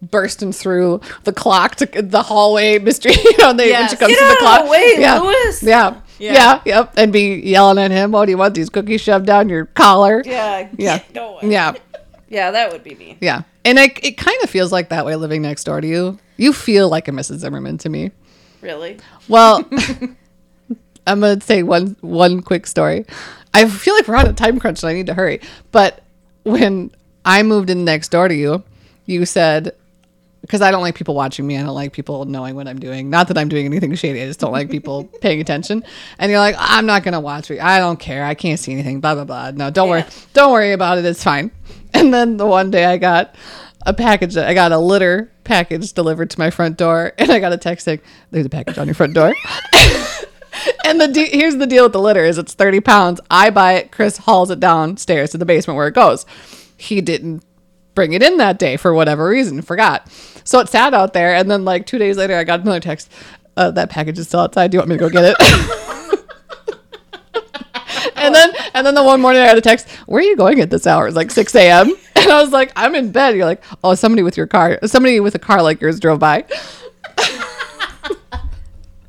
Speaker 1: bursting through the clock to the hallway mystery. You know, they, when
Speaker 2: Yes.
Speaker 1: she comes
Speaker 4: Get
Speaker 1: to
Speaker 4: out
Speaker 1: the
Speaker 4: of
Speaker 1: clock.
Speaker 4: the way,
Speaker 1: yeah.
Speaker 4: Louis.
Speaker 1: Yeah.
Speaker 2: Yeah.
Speaker 1: yeah. Yep. And be yelling at him. Oh, do you want these cookies shoved down your collar?
Speaker 4: Yeah.
Speaker 1: Yeah.
Speaker 4: No way.
Speaker 1: Yeah.
Speaker 4: Yeah, that would be me.
Speaker 1: Yeah. And I, it kind of feels like that way living next door to you. You feel like a Mrs. Zimmerman to me.
Speaker 4: Really?
Speaker 1: Well, I'm gonna say one one quick story. I feel like we're on a time crunch and I need to hurry. But when I moved in next door to you, you said because I don't like people watching me. I don't like people knowing what I'm doing. Not that I'm doing anything shady. I just don't like people paying attention. And you're like, I'm not gonna watch me. I don't care. I can't see anything. Blah blah blah. No, don't worry.
Speaker 4: Yeah.
Speaker 1: Don't worry about it. It's fine. And then the one day I got a package. I got a litter package delivered to my front door, and I got a text saying, "There's a package on your front door." and the de- here's the deal with the litter: is it's thirty pounds. I buy it. Chris hauls it downstairs to the basement where it goes. He didn't bring it in that day for whatever reason, forgot. So it sat out there, and then like two days later, I got another text. Uh, that package is still outside. Do you want me to go get it? and then, and then the one morning I had a text. Where are you going at this hour? It's like six a.m. And I was like, I'm in bed. You're like, oh, somebody with your car, somebody with a car like yours drove by.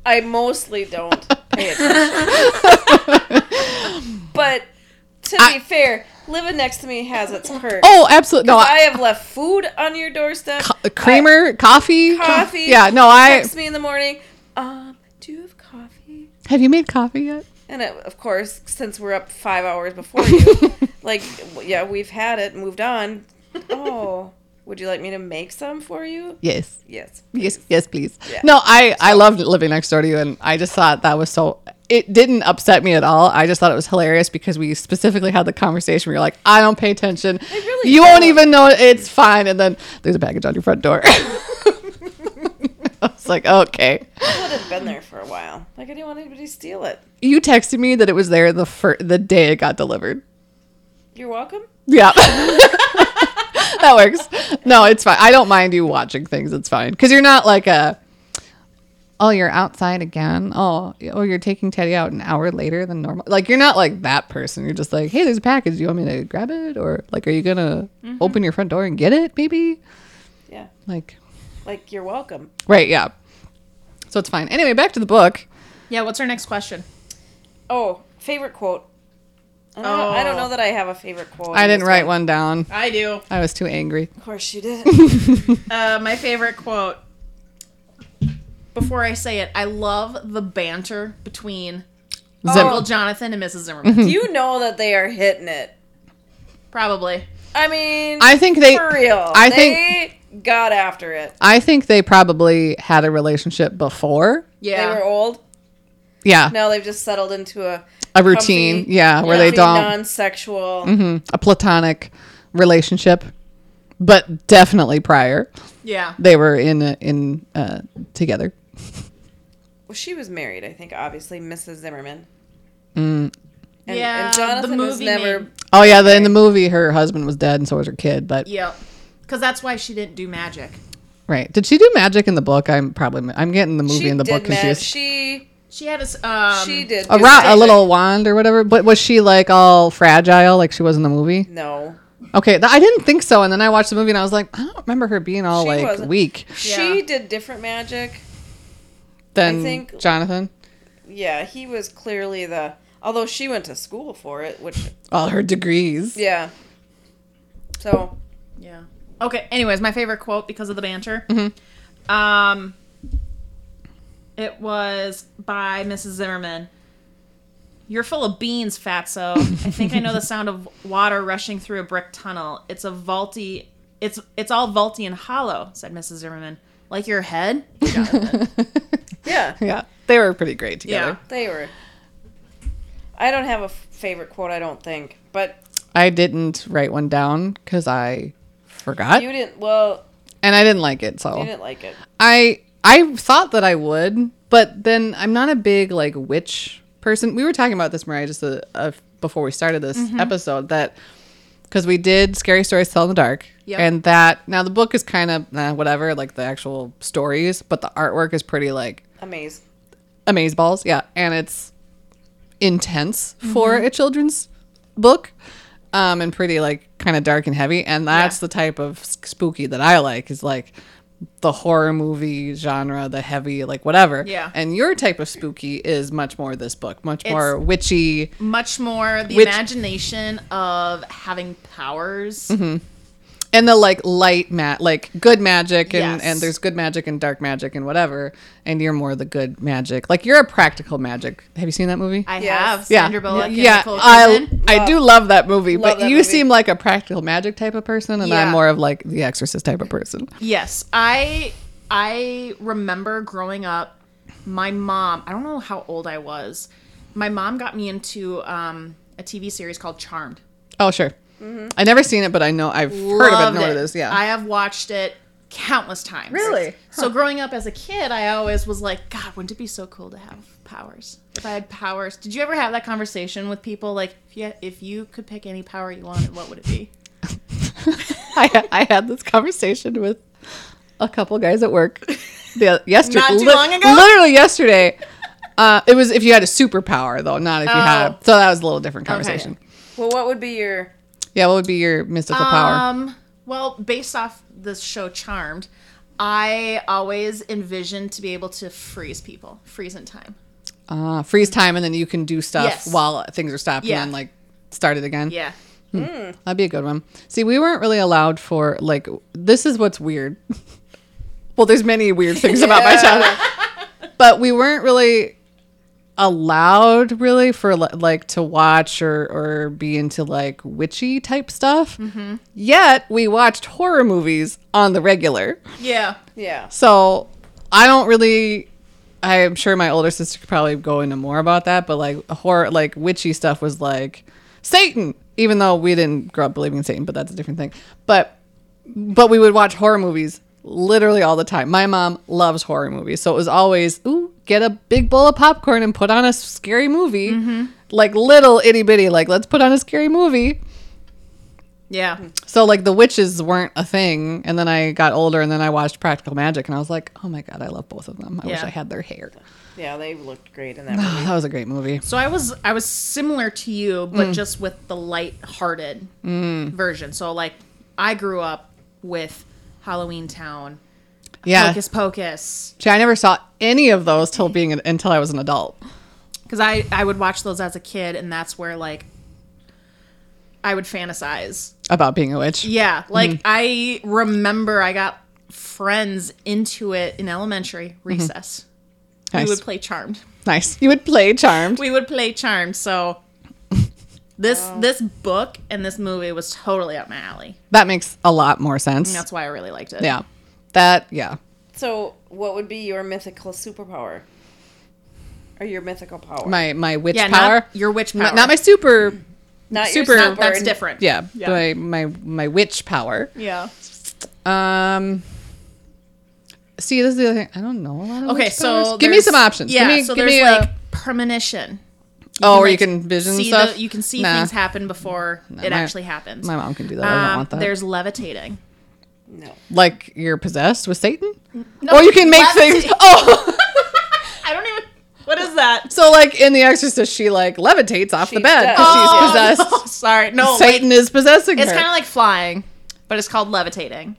Speaker 4: I mostly don't pay attention. but to be fair, living next to me has its perks.
Speaker 1: Oh, absolutely. No,
Speaker 4: I
Speaker 1: I,
Speaker 4: have left food on your doorstep.
Speaker 1: a Uh, creamer, coffee,
Speaker 4: I- coffee.
Speaker 1: Yeah, no, I
Speaker 4: text me in the morning. Um, do you have coffee?
Speaker 1: have you made coffee yet?
Speaker 4: And it, of course, since we're up five hours before you, like, w- yeah, we've had it, moved on. Oh, would you like me to make some for you?
Speaker 1: Yes.
Speaker 4: Yes.
Speaker 1: Yes, yes, please.
Speaker 4: Yeah.
Speaker 1: No, I I loved living next door to you, and I just thought that was so. It didn't upset me at all. I just thought it was hilarious because we specifically had the conversation where you're like, "I don't pay attention.
Speaker 4: really
Speaker 1: you won't
Speaker 4: don't."
Speaker 1: even know it. it's fine." And then there's a package on your front door. I was like, "Okay."
Speaker 4: I would have been there for a while. Like, I didn't want anybody to steal it.
Speaker 1: You texted me that it was there the fir- the day it got delivered.
Speaker 4: You're welcome.
Speaker 1: Yeah. that works. No, it's fine. I don't mind you watching things. It's fine. Because you're not like a, oh, you're outside again. Oh, oh, you're taking Teddy out an hour later than normal. Like, you're not like that person. You're just like, hey, there's a package. Do you want me to grab it? Or, like, are you going to open your front door and get it, maybe?
Speaker 4: Yeah.
Speaker 1: Like,
Speaker 4: Like, you're welcome.
Speaker 1: right. Yeah. So it's fine. Anyway, back to the book.
Speaker 2: yeah. What's our next question?
Speaker 4: Oh, favorite quote. I don't, know, I don't know that I have a favorite quote.
Speaker 1: Oh. I
Speaker 4: in
Speaker 1: didn't
Speaker 4: this
Speaker 1: write one down.
Speaker 2: I do.
Speaker 1: I was too angry.
Speaker 4: Of course you didn't.
Speaker 2: Uh, my favorite quote. Before I say it, I love the banter between
Speaker 1: Zim-
Speaker 2: Uncle Jonathan and Mrs. Zimmerman.
Speaker 4: you know that they are hitting it.
Speaker 2: Probably.
Speaker 4: I mean,
Speaker 1: I think they.
Speaker 4: for real.
Speaker 1: I
Speaker 4: they
Speaker 1: think.
Speaker 4: got after it.
Speaker 1: I think they probably had a relationship before.
Speaker 2: Yeah.
Speaker 4: They were old.
Speaker 1: Yeah.
Speaker 4: Now they've just settled into a
Speaker 1: a routine.
Speaker 4: comfy-
Speaker 1: yeah. Where they
Speaker 4: comfy,
Speaker 1: don't. Mm-hmm.
Speaker 4: non-sexual.
Speaker 1: a platonic relationship, but definitely prior.
Speaker 2: yeah.
Speaker 1: They were in, in, uh, together.
Speaker 4: Well, she was married, I think. Obviously, Mrs. Zimmerman.
Speaker 1: Mm.
Speaker 4: And,
Speaker 2: Yeah,
Speaker 4: and
Speaker 2: the
Speaker 4: Jonathan was
Speaker 2: movie
Speaker 4: never.
Speaker 2: made-
Speaker 1: Oh, yeah. The, in the movie, her husband was dead and so was her kid, but
Speaker 2: Yep. Because that's why she didn't do magic.
Speaker 1: right. Did she do magic in the book? I'm probably, I'm getting the movie
Speaker 4: She
Speaker 1: and the
Speaker 4: did
Speaker 1: book
Speaker 4: ma-
Speaker 1: confused.
Speaker 4: She
Speaker 2: She had a s- um,
Speaker 4: she did.
Speaker 1: A,
Speaker 4: do
Speaker 1: ro-
Speaker 4: that.
Speaker 1: a little wand or whatever. But was she like all fragile, like she was in the movie?
Speaker 4: No.
Speaker 1: Okay, th- I didn't think so. And then I watched the movie and I was like, I don't remember her being all
Speaker 4: She
Speaker 1: like
Speaker 4: wasn't.
Speaker 1: weak
Speaker 4: She did different magic.
Speaker 1: than
Speaker 4: think-
Speaker 1: Jonathan.
Speaker 4: Yeah, he was clearly the. Although she went to school for it, which
Speaker 1: All her degrees.
Speaker 4: yeah. So
Speaker 2: Yeah. Okay. Anyways, my favorite quote because of the banter.
Speaker 1: Mm-hmm.
Speaker 2: Um, it was by Mrs. Zimmerman. You're full of beans, Fatso. I think I know the sound of water rushing through a brick tunnel. It's a vaulty. It's it's all vaulty and hollow," said Mrs. Zimmerman. "Like your head."
Speaker 4: yeah,
Speaker 1: Yeah, they were pretty great together.
Speaker 4: they were. I don't have a f- favorite quote. I don't think, but
Speaker 1: I didn't write one down because I forgot
Speaker 4: you didn't. Well,
Speaker 1: and I didn't like it. So
Speaker 4: you didn't like it.
Speaker 1: I I thought that I would, but then I'm not a big like witch person. We were talking about this, Mariah, just a, a, before we started this
Speaker 4: Mm-hmm.
Speaker 1: episode that because we did scary stories to tell in the dark,
Speaker 2: Yep.
Speaker 1: and that now the book is kind of eh, whatever, like the actual stories, but the artwork is pretty like
Speaker 4: Amaze.
Speaker 1: amazeballs, yeah, and it's intense for
Speaker 2: Mm-hmm.
Speaker 1: a children's book. Um, and pretty like kind of dark and heavy and that's the type of s- spooky that i like is like the horror movie genre the heavy like whatever
Speaker 2: Yeah.
Speaker 1: and your type of spooky is much more this book much
Speaker 2: It's-
Speaker 1: more witchy
Speaker 2: Much more the
Speaker 1: Which-
Speaker 2: imagination of having powers.
Speaker 1: Mm-hmm. and the like light mat like good magic and
Speaker 2: Yes.
Speaker 1: and there's good magic and dark magic and whatever and you're more the good magic like you're a practical magic have you seen that movie
Speaker 2: I
Speaker 4: Yes.
Speaker 2: have Sandra Bullock. and
Speaker 1: yeah.
Speaker 2: Nicole
Speaker 1: I,
Speaker 2: Kidman.
Speaker 1: I do love that movie,
Speaker 4: Love
Speaker 1: but
Speaker 4: that
Speaker 1: you
Speaker 4: movie.
Speaker 1: seem like a practical magic type of person, and
Speaker 2: Yeah.
Speaker 1: I'm more of like the Exorcist type of person.
Speaker 2: Yes, I I remember growing up. My mom, I don't know how old I was. My mom got me into um, a TV series called Charmed.
Speaker 1: Oh sure, I never seen it, but I know I've heard of it.
Speaker 2: Loved
Speaker 1: Know what it is? Yeah,
Speaker 2: I have watched it countless times.
Speaker 1: Really?
Speaker 2: So growing up as a kid, I always was like, God, wouldn't it be so cool to have powers? If I had powers, did you ever have that conversation with people like, if you, if you could pick any power you wanted, what would it be?
Speaker 1: I, I had this conversation with a couple guys at work the, yesterday.
Speaker 2: Not too long ago?
Speaker 1: Literally yesterday. Uh, it was if you had a superpower, though, not
Speaker 2: Oh.
Speaker 1: if you had. A, so that was a little different conversation.
Speaker 4: Well, what would be your?
Speaker 1: Yeah, what would be your mystical power?
Speaker 2: Um, well, based off the show Charmed, I always envisioned to be able to freeze people, freeze in time.
Speaker 1: Uh, freeze time, and then you can do stuff
Speaker 2: Yes.
Speaker 1: while things are stopped,
Speaker 2: Yeah.
Speaker 1: and then like start it again.
Speaker 2: Yeah.
Speaker 1: That'd be a good one. See, we weren't really allowed for like this is what's weird. well, there's many weird things about my childhood. But we weren't really allowed really for li- like to watch or or be into like witchy type stuff. Yet we watched horror movies on the regular.
Speaker 2: Yeah.
Speaker 4: Yeah.
Speaker 1: So I don't really. I am sure my older sister could probably go into more about that, but like horror, like witchy stuff was like Satan, even though we didn't grow up believing in Satan, but that's a different thing. But but we would watch horror movies literally all the time. My mom loves horror movies, so it was always ooh get a big bowl of popcorn and put on a scary movie, like little itty bitty, like let's put on a scary movie.
Speaker 2: Yeah.
Speaker 1: So like the witches weren't a thing, and then I got older, and then I watched Practical Magic, and I was like, oh my god, I love both of them. I wish
Speaker 2: Yeah.
Speaker 1: I had their hair. Oh,
Speaker 4: Yeah, they looked great in that movie.
Speaker 1: that was a great movie.
Speaker 2: So I was I was similar to you, but just with the light-hearted version. So like I grew up with Halloween Town,
Speaker 1: Yeah,
Speaker 2: Hocus Pocus,
Speaker 1: See, I never saw any of those till being an, until I was an adult.
Speaker 2: because I I would watch those as a kid, and that's where like I would fantasize
Speaker 1: About being a witch.
Speaker 2: Yeah, like I remember I got friends into it in elementary recess.
Speaker 1: Mm-hmm. nice.
Speaker 2: We would play Charmed.
Speaker 1: nice. You would play Charmed.
Speaker 2: We would play Charmed. So this this book and this movie was totally up my alley.
Speaker 1: that makes a lot more sense.
Speaker 2: That's why I really liked it.
Speaker 1: Yeah, that yeah.
Speaker 4: So, what would be your mythical superpower? Or your mythical power?
Speaker 1: My my witch
Speaker 2: yeah.
Speaker 1: power.
Speaker 2: Not your witch power.
Speaker 1: not, not my super.
Speaker 4: Not
Speaker 1: super-
Speaker 4: Your
Speaker 2: That's
Speaker 4: snowboard.
Speaker 2: different.
Speaker 1: Yeah,
Speaker 2: Yeah.
Speaker 1: My, my my witch power.
Speaker 2: Yeah.
Speaker 1: Um. See, this is the other thing. I don't know a lot of
Speaker 2: Okay.
Speaker 1: witch
Speaker 2: So
Speaker 1: powers. give me
Speaker 2: there's-
Speaker 1: some options. give
Speaker 2: Yeah.
Speaker 1: me,
Speaker 2: so
Speaker 1: give
Speaker 2: there's
Speaker 1: me
Speaker 2: like
Speaker 1: a,
Speaker 2: premonition.
Speaker 1: oh, where you
Speaker 2: like,
Speaker 1: can vision
Speaker 2: see
Speaker 1: stuff.
Speaker 2: The, you can see
Speaker 1: Nah.
Speaker 2: things happen before it
Speaker 1: my-
Speaker 2: actually happens.
Speaker 1: My mom can do that. I don't
Speaker 2: Um,
Speaker 1: want that.
Speaker 2: There's levitating.
Speaker 4: No.
Speaker 1: like you're possessed with Satan,
Speaker 2: No,
Speaker 1: or you can make
Speaker 2: levitate.
Speaker 1: things. Oh,
Speaker 2: I don't even. What is that?
Speaker 1: So like in The Exorcist, she like levitates off
Speaker 4: She
Speaker 1: the bed
Speaker 4: does.
Speaker 1: because
Speaker 2: Oh,
Speaker 1: she's possessed.
Speaker 2: no, sorry, no. Oh, wait.
Speaker 1: Satan is possessing
Speaker 2: It's
Speaker 1: her.
Speaker 2: kind of like flying, but it's called levitating.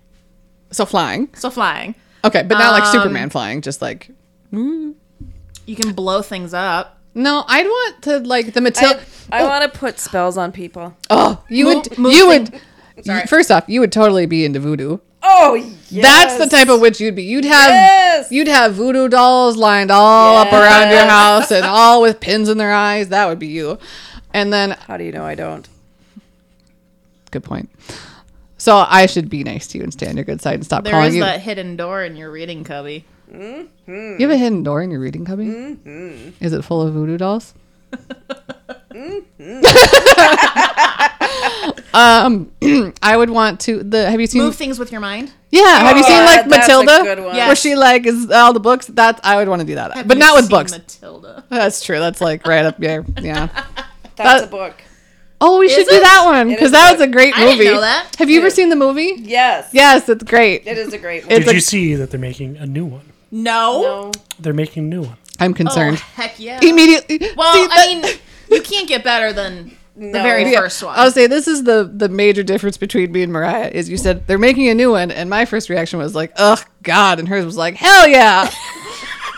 Speaker 1: so flying.
Speaker 2: So flying,
Speaker 1: Okay, but not like
Speaker 2: Um,
Speaker 1: Superman flying, just like
Speaker 2: you can blow things up.
Speaker 1: no. I'd want to like the Matilda.
Speaker 4: I, I want to put spells on people.
Speaker 1: Oh, you
Speaker 2: Mo-
Speaker 1: would.
Speaker 2: mo-
Speaker 1: you
Speaker 2: thing-
Speaker 1: would. First off, you would totally be into voodoo.
Speaker 4: Oh, yes.
Speaker 1: That's the type of witch you'd be. You'd have
Speaker 4: Yes.
Speaker 1: you'd have voodoo dolls lined all up around your
Speaker 4: Yes.
Speaker 1: house and all with pins in their eyes. That would be you. And then
Speaker 4: How do you know I don't?
Speaker 1: good point. So I should be nice to you and stay on your good side and stop
Speaker 2: There
Speaker 1: calling
Speaker 2: is
Speaker 1: you.
Speaker 2: that hidden door in your reading cubby.
Speaker 1: You have a hidden door in your reading cubby.
Speaker 4: Mm-hmm.
Speaker 1: Is it full of voodoo dolls?
Speaker 4: Mm-hmm.
Speaker 1: um, I would want to the. Have you seen?
Speaker 2: Move things with your mind.
Speaker 1: Yeah, have you
Speaker 4: Oh,
Speaker 1: seen
Speaker 4: yeah,
Speaker 1: like
Speaker 4: that's a
Speaker 1: Matilda,
Speaker 4: good one.
Speaker 1: where
Speaker 2: Yes.
Speaker 1: she like is all the books? That I would want to do that,
Speaker 2: Have
Speaker 1: but
Speaker 2: you
Speaker 1: not with
Speaker 2: seen
Speaker 1: books.
Speaker 2: Matilda.
Speaker 1: That's true. That's like right up there. Yeah.
Speaker 4: That's
Speaker 1: That-
Speaker 4: a book.
Speaker 1: Oh, we should do
Speaker 2: it?
Speaker 1: that one
Speaker 4: It
Speaker 1: because
Speaker 4: is
Speaker 1: that
Speaker 4: good.
Speaker 1: was a great
Speaker 2: I
Speaker 1: movie.
Speaker 2: didn't know that.
Speaker 1: Have you ever seen the movie?
Speaker 4: Yes.
Speaker 1: Yes, it's great.
Speaker 4: It is a great one.
Speaker 1: It's
Speaker 3: Did
Speaker 1: like-
Speaker 3: you see that they're making a new one?
Speaker 2: No.
Speaker 4: No.
Speaker 3: They're making a new one.
Speaker 1: I'm
Speaker 2: Oh,
Speaker 1: concerned.
Speaker 2: heck yeah.
Speaker 1: Immediately.
Speaker 2: Well,
Speaker 1: See,
Speaker 2: I
Speaker 1: that-
Speaker 2: mean, you can't get better than the
Speaker 4: No.
Speaker 2: very
Speaker 1: Yeah.
Speaker 2: first one.
Speaker 1: I'll say this is the the major difference between me and Mariah is you said they're making a new one, and my first reaction was like, "Ugh, God," and hers was like, "Hell yeah."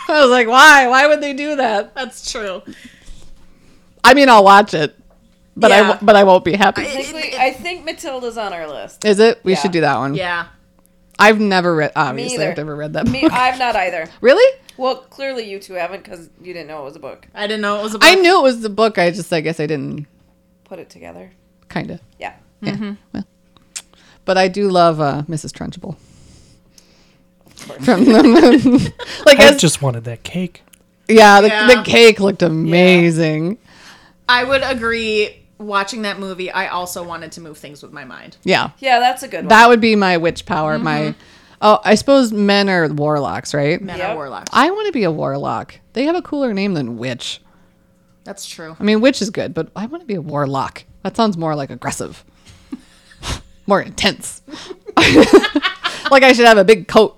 Speaker 1: I was like, "Why? Why would they do that?"
Speaker 2: That's true.
Speaker 1: I mean, I'll watch it, but I
Speaker 2: Yeah.
Speaker 1: w- but I won't be happy.
Speaker 4: I think, we, I think Matilda's on our list.
Speaker 1: Is it? We
Speaker 4: Yeah.
Speaker 1: should do that one.
Speaker 2: Yeah.
Speaker 1: I've never read. Obviously,
Speaker 4: either.
Speaker 1: I've never read that.
Speaker 4: Me,
Speaker 1: book.
Speaker 4: I've not either.
Speaker 1: really?
Speaker 4: Well, clearly you two haven't because you didn't know it was a book.
Speaker 2: I didn't know it was a book.
Speaker 1: I knew it was the book. I just, I guess, I didn't
Speaker 4: Put it together.
Speaker 1: kind of.
Speaker 4: Yeah.
Speaker 1: Yeah. Well, but I do love uh, Mrs. Trunchbull. From the like,
Speaker 3: I
Speaker 1: as,
Speaker 3: just wanted that cake.
Speaker 1: yeah, the, the
Speaker 2: Yeah.
Speaker 1: cake looked amazing.
Speaker 2: I would agree. Watching that movie, I also wanted to move things with my mind.
Speaker 1: Yeah.
Speaker 4: Yeah, that's a good one.
Speaker 1: that would be my witch power. My,
Speaker 2: Mm-hmm.
Speaker 1: oh, I suppose men are warlocks, right?
Speaker 2: Men
Speaker 4: Yep.
Speaker 2: are warlocks.
Speaker 1: I want to be a warlock. They have a cooler name than witch.
Speaker 2: That's true.
Speaker 1: I mean, witch is good, but I want to be a warlock. That sounds more like aggressive, more intense. like I should have a big coat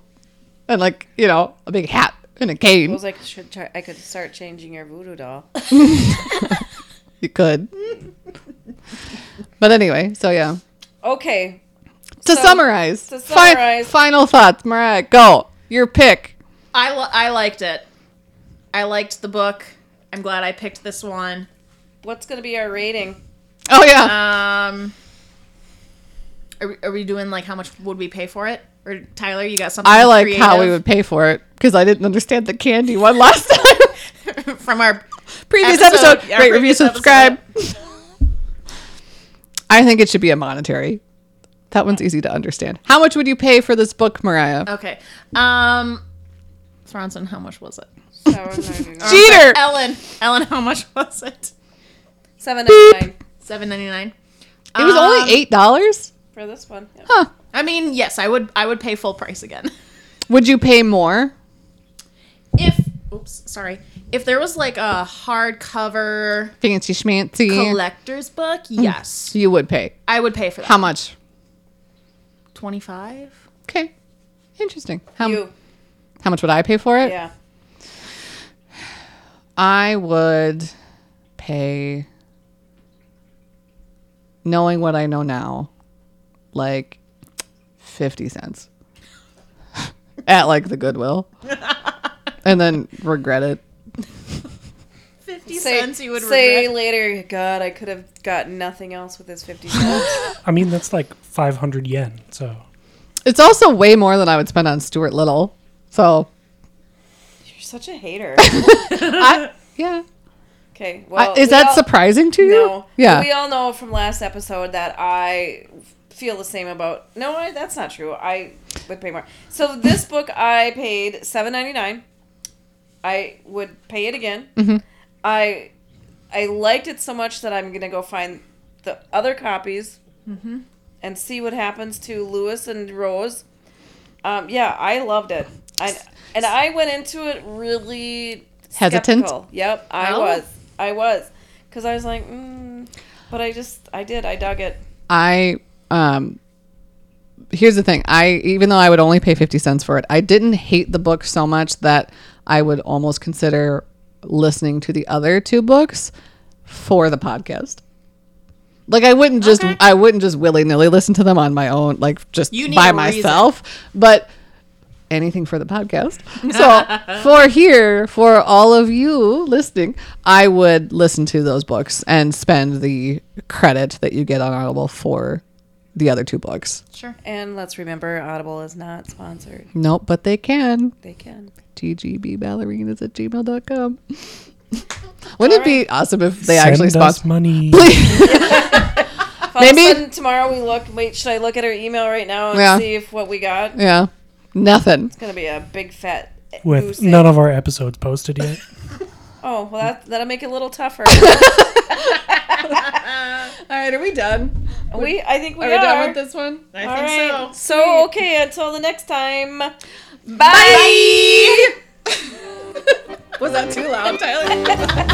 Speaker 1: and like you know a big hat and a
Speaker 4: I
Speaker 1: cane.
Speaker 4: was like, should try, I could start changing your voodoo doll.
Speaker 1: You could. But anyway, so yeah.
Speaker 4: Okay.
Speaker 1: To
Speaker 4: So,
Speaker 1: summarize,
Speaker 4: to
Speaker 1: fi-
Speaker 4: summarize-
Speaker 1: final thoughts, Mariah. Go your pick.
Speaker 2: I, li- I liked it. I liked the book. I'm glad I picked this one.
Speaker 4: What's going to be our rating?
Speaker 1: Oh yeah,
Speaker 2: Um, are we, are we doing like how much would we pay for it? Or Tyler, you got something?
Speaker 1: I like how we
Speaker 2: creative
Speaker 1: would pay for it because I didn't understand the candy one last time.
Speaker 2: from our
Speaker 1: previous
Speaker 2: Episode,
Speaker 1: episode.
Speaker 2: yeah,
Speaker 1: Rate, review,
Speaker 2: previous episode.
Speaker 1: subscribe. I think it should be a monetary. That one's easy to understand. How much would you pay for this book, Mariah?
Speaker 2: okay. Um, Thronson, how much was it?
Speaker 4: Seven
Speaker 1: Cheater!
Speaker 2: Ellen, Ellen, how much was it?
Speaker 4: ninety nine
Speaker 2: Seven ninety nine.
Speaker 1: It was
Speaker 2: Um,
Speaker 1: only eight dollars.
Speaker 4: for this one. Yeah.
Speaker 1: Huh?
Speaker 2: I mean, yes, I would. I would pay full price again.
Speaker 1: Would you pay more?
Speaker 2: If oops, sorry. If there was like a hardcover
Speaker 1: Fancy schmancy.
Speaker 2: collector's book, yes,
Speaker 1: you would pay.
Speaker 2: I would pay for that.
Speaker 1: Mm. How much?
Speaker 2: Twenty five.
Speaker 1: Okay. Interesting. How,
Speaker 4: You.
Speaker 1: how much would I pay for it?
Speaker 4: Yeah.
Speaker 1: I would pay, knowing what I know now, like 50 cents at like the Goodwill and then regret it.
Speaker 2: Fifty
Speaker 4: Say,
Speaker 2: cents. You would
Speaker 4: say
Speaker 2: regret.
Speaker 4: later, God, I could have gotten nothing else with this 50 cents.
Speaker 3: I mean, that's like 500 yen. So
Speaker 1: It's also way more than I would spend on Stuart Little. So,
Speaker 4: You're such a hater.
Speaker 1: I, yeah. I-
Speaker 4: Okay. Well,
Speaker 1: is
Speaker 4: we
Speaker 1: that
Speaker 4: all-
Speaker 1: surprising to you?
Speaker 4: No.
Speaker 1: Yeah.
Speaker 4: We all know from last episode that I feel the same about. No, I, that's not true. I would pay more. So this book I paid seven ninety nine. I would pay it again.
Speaker 1: Mm-hmm.
Speaker 4: I I liked it so much that I'm gonna go find the other copies
Speaker 1: Mm-hmm.
Speaker 4: and see what happens to Lewis and Rose. Um, yeah, I loved it. I, and I went into it really
Speaker 1: Hesitant?
Speaker 4: skeptical. Yep, I
Speaker 2: Oh.
Speaker 4: was. I was. Because I was like, mm, but I just, I did. I dug it.
Speaker 1: I um here's the thing. I even though I would only pay 50 cents for it, I didn't hate the book so much that I would almost consider listening to the other two books for the podcast. Like I wouldn't just
Speaker 2: Okay.
Speaker 1: I wouldn't just willy nilly listen to them on my own, like just
Speaker 2: You need
Speaker 1: by
Speaker 2: a reason.
Speaker 1: myself. But anything for the podcast. So for here, for all of you listening, I would listen to those books and spend the credit that you get on Audible for the other two books.
Speaker 2: Sure.
Speaker 4: And let's remember, Audible is not sponsored.
Speaker 1: Nope, but they can.
Speaker 4: They can.
Speaker 1: tgbballerinas at gmail.com. Wouldn't it be awesome if they
Speaker 3: Send
Speaker 1: actually
Speaker 3: us
Speaker 1: sponsor?
Speaker 3: money.
Speaker 4: All of a
Speaker 1: Maybe-
Speaker 4: sudden tomorrow we look. Wait, should I look at our email right now and
Speaker 1: Yeah.
Speaker 4: see if what we got? It's
Speaker 1: Yeah. Nothing.
Speaker 4: gonna be a big fat.
Speaker 3: with
Speaker 4: goose egg.
Speaker 3: none of our episodes posted yet.
Speaker 4: Oh well, that that'll make it a little tougher.
Speaker 1: All right, are we done?
Speaker 4: we, I think we are.
Speaker 1: this one?
Speaker 2: I
Speaker 4: All
Speaker 2: think
Speaker 4: right.
Speaker 2: so.
Speaker 4: So okay, until the next time.
Speaker 1: Bye! Was that too loud, Tyler?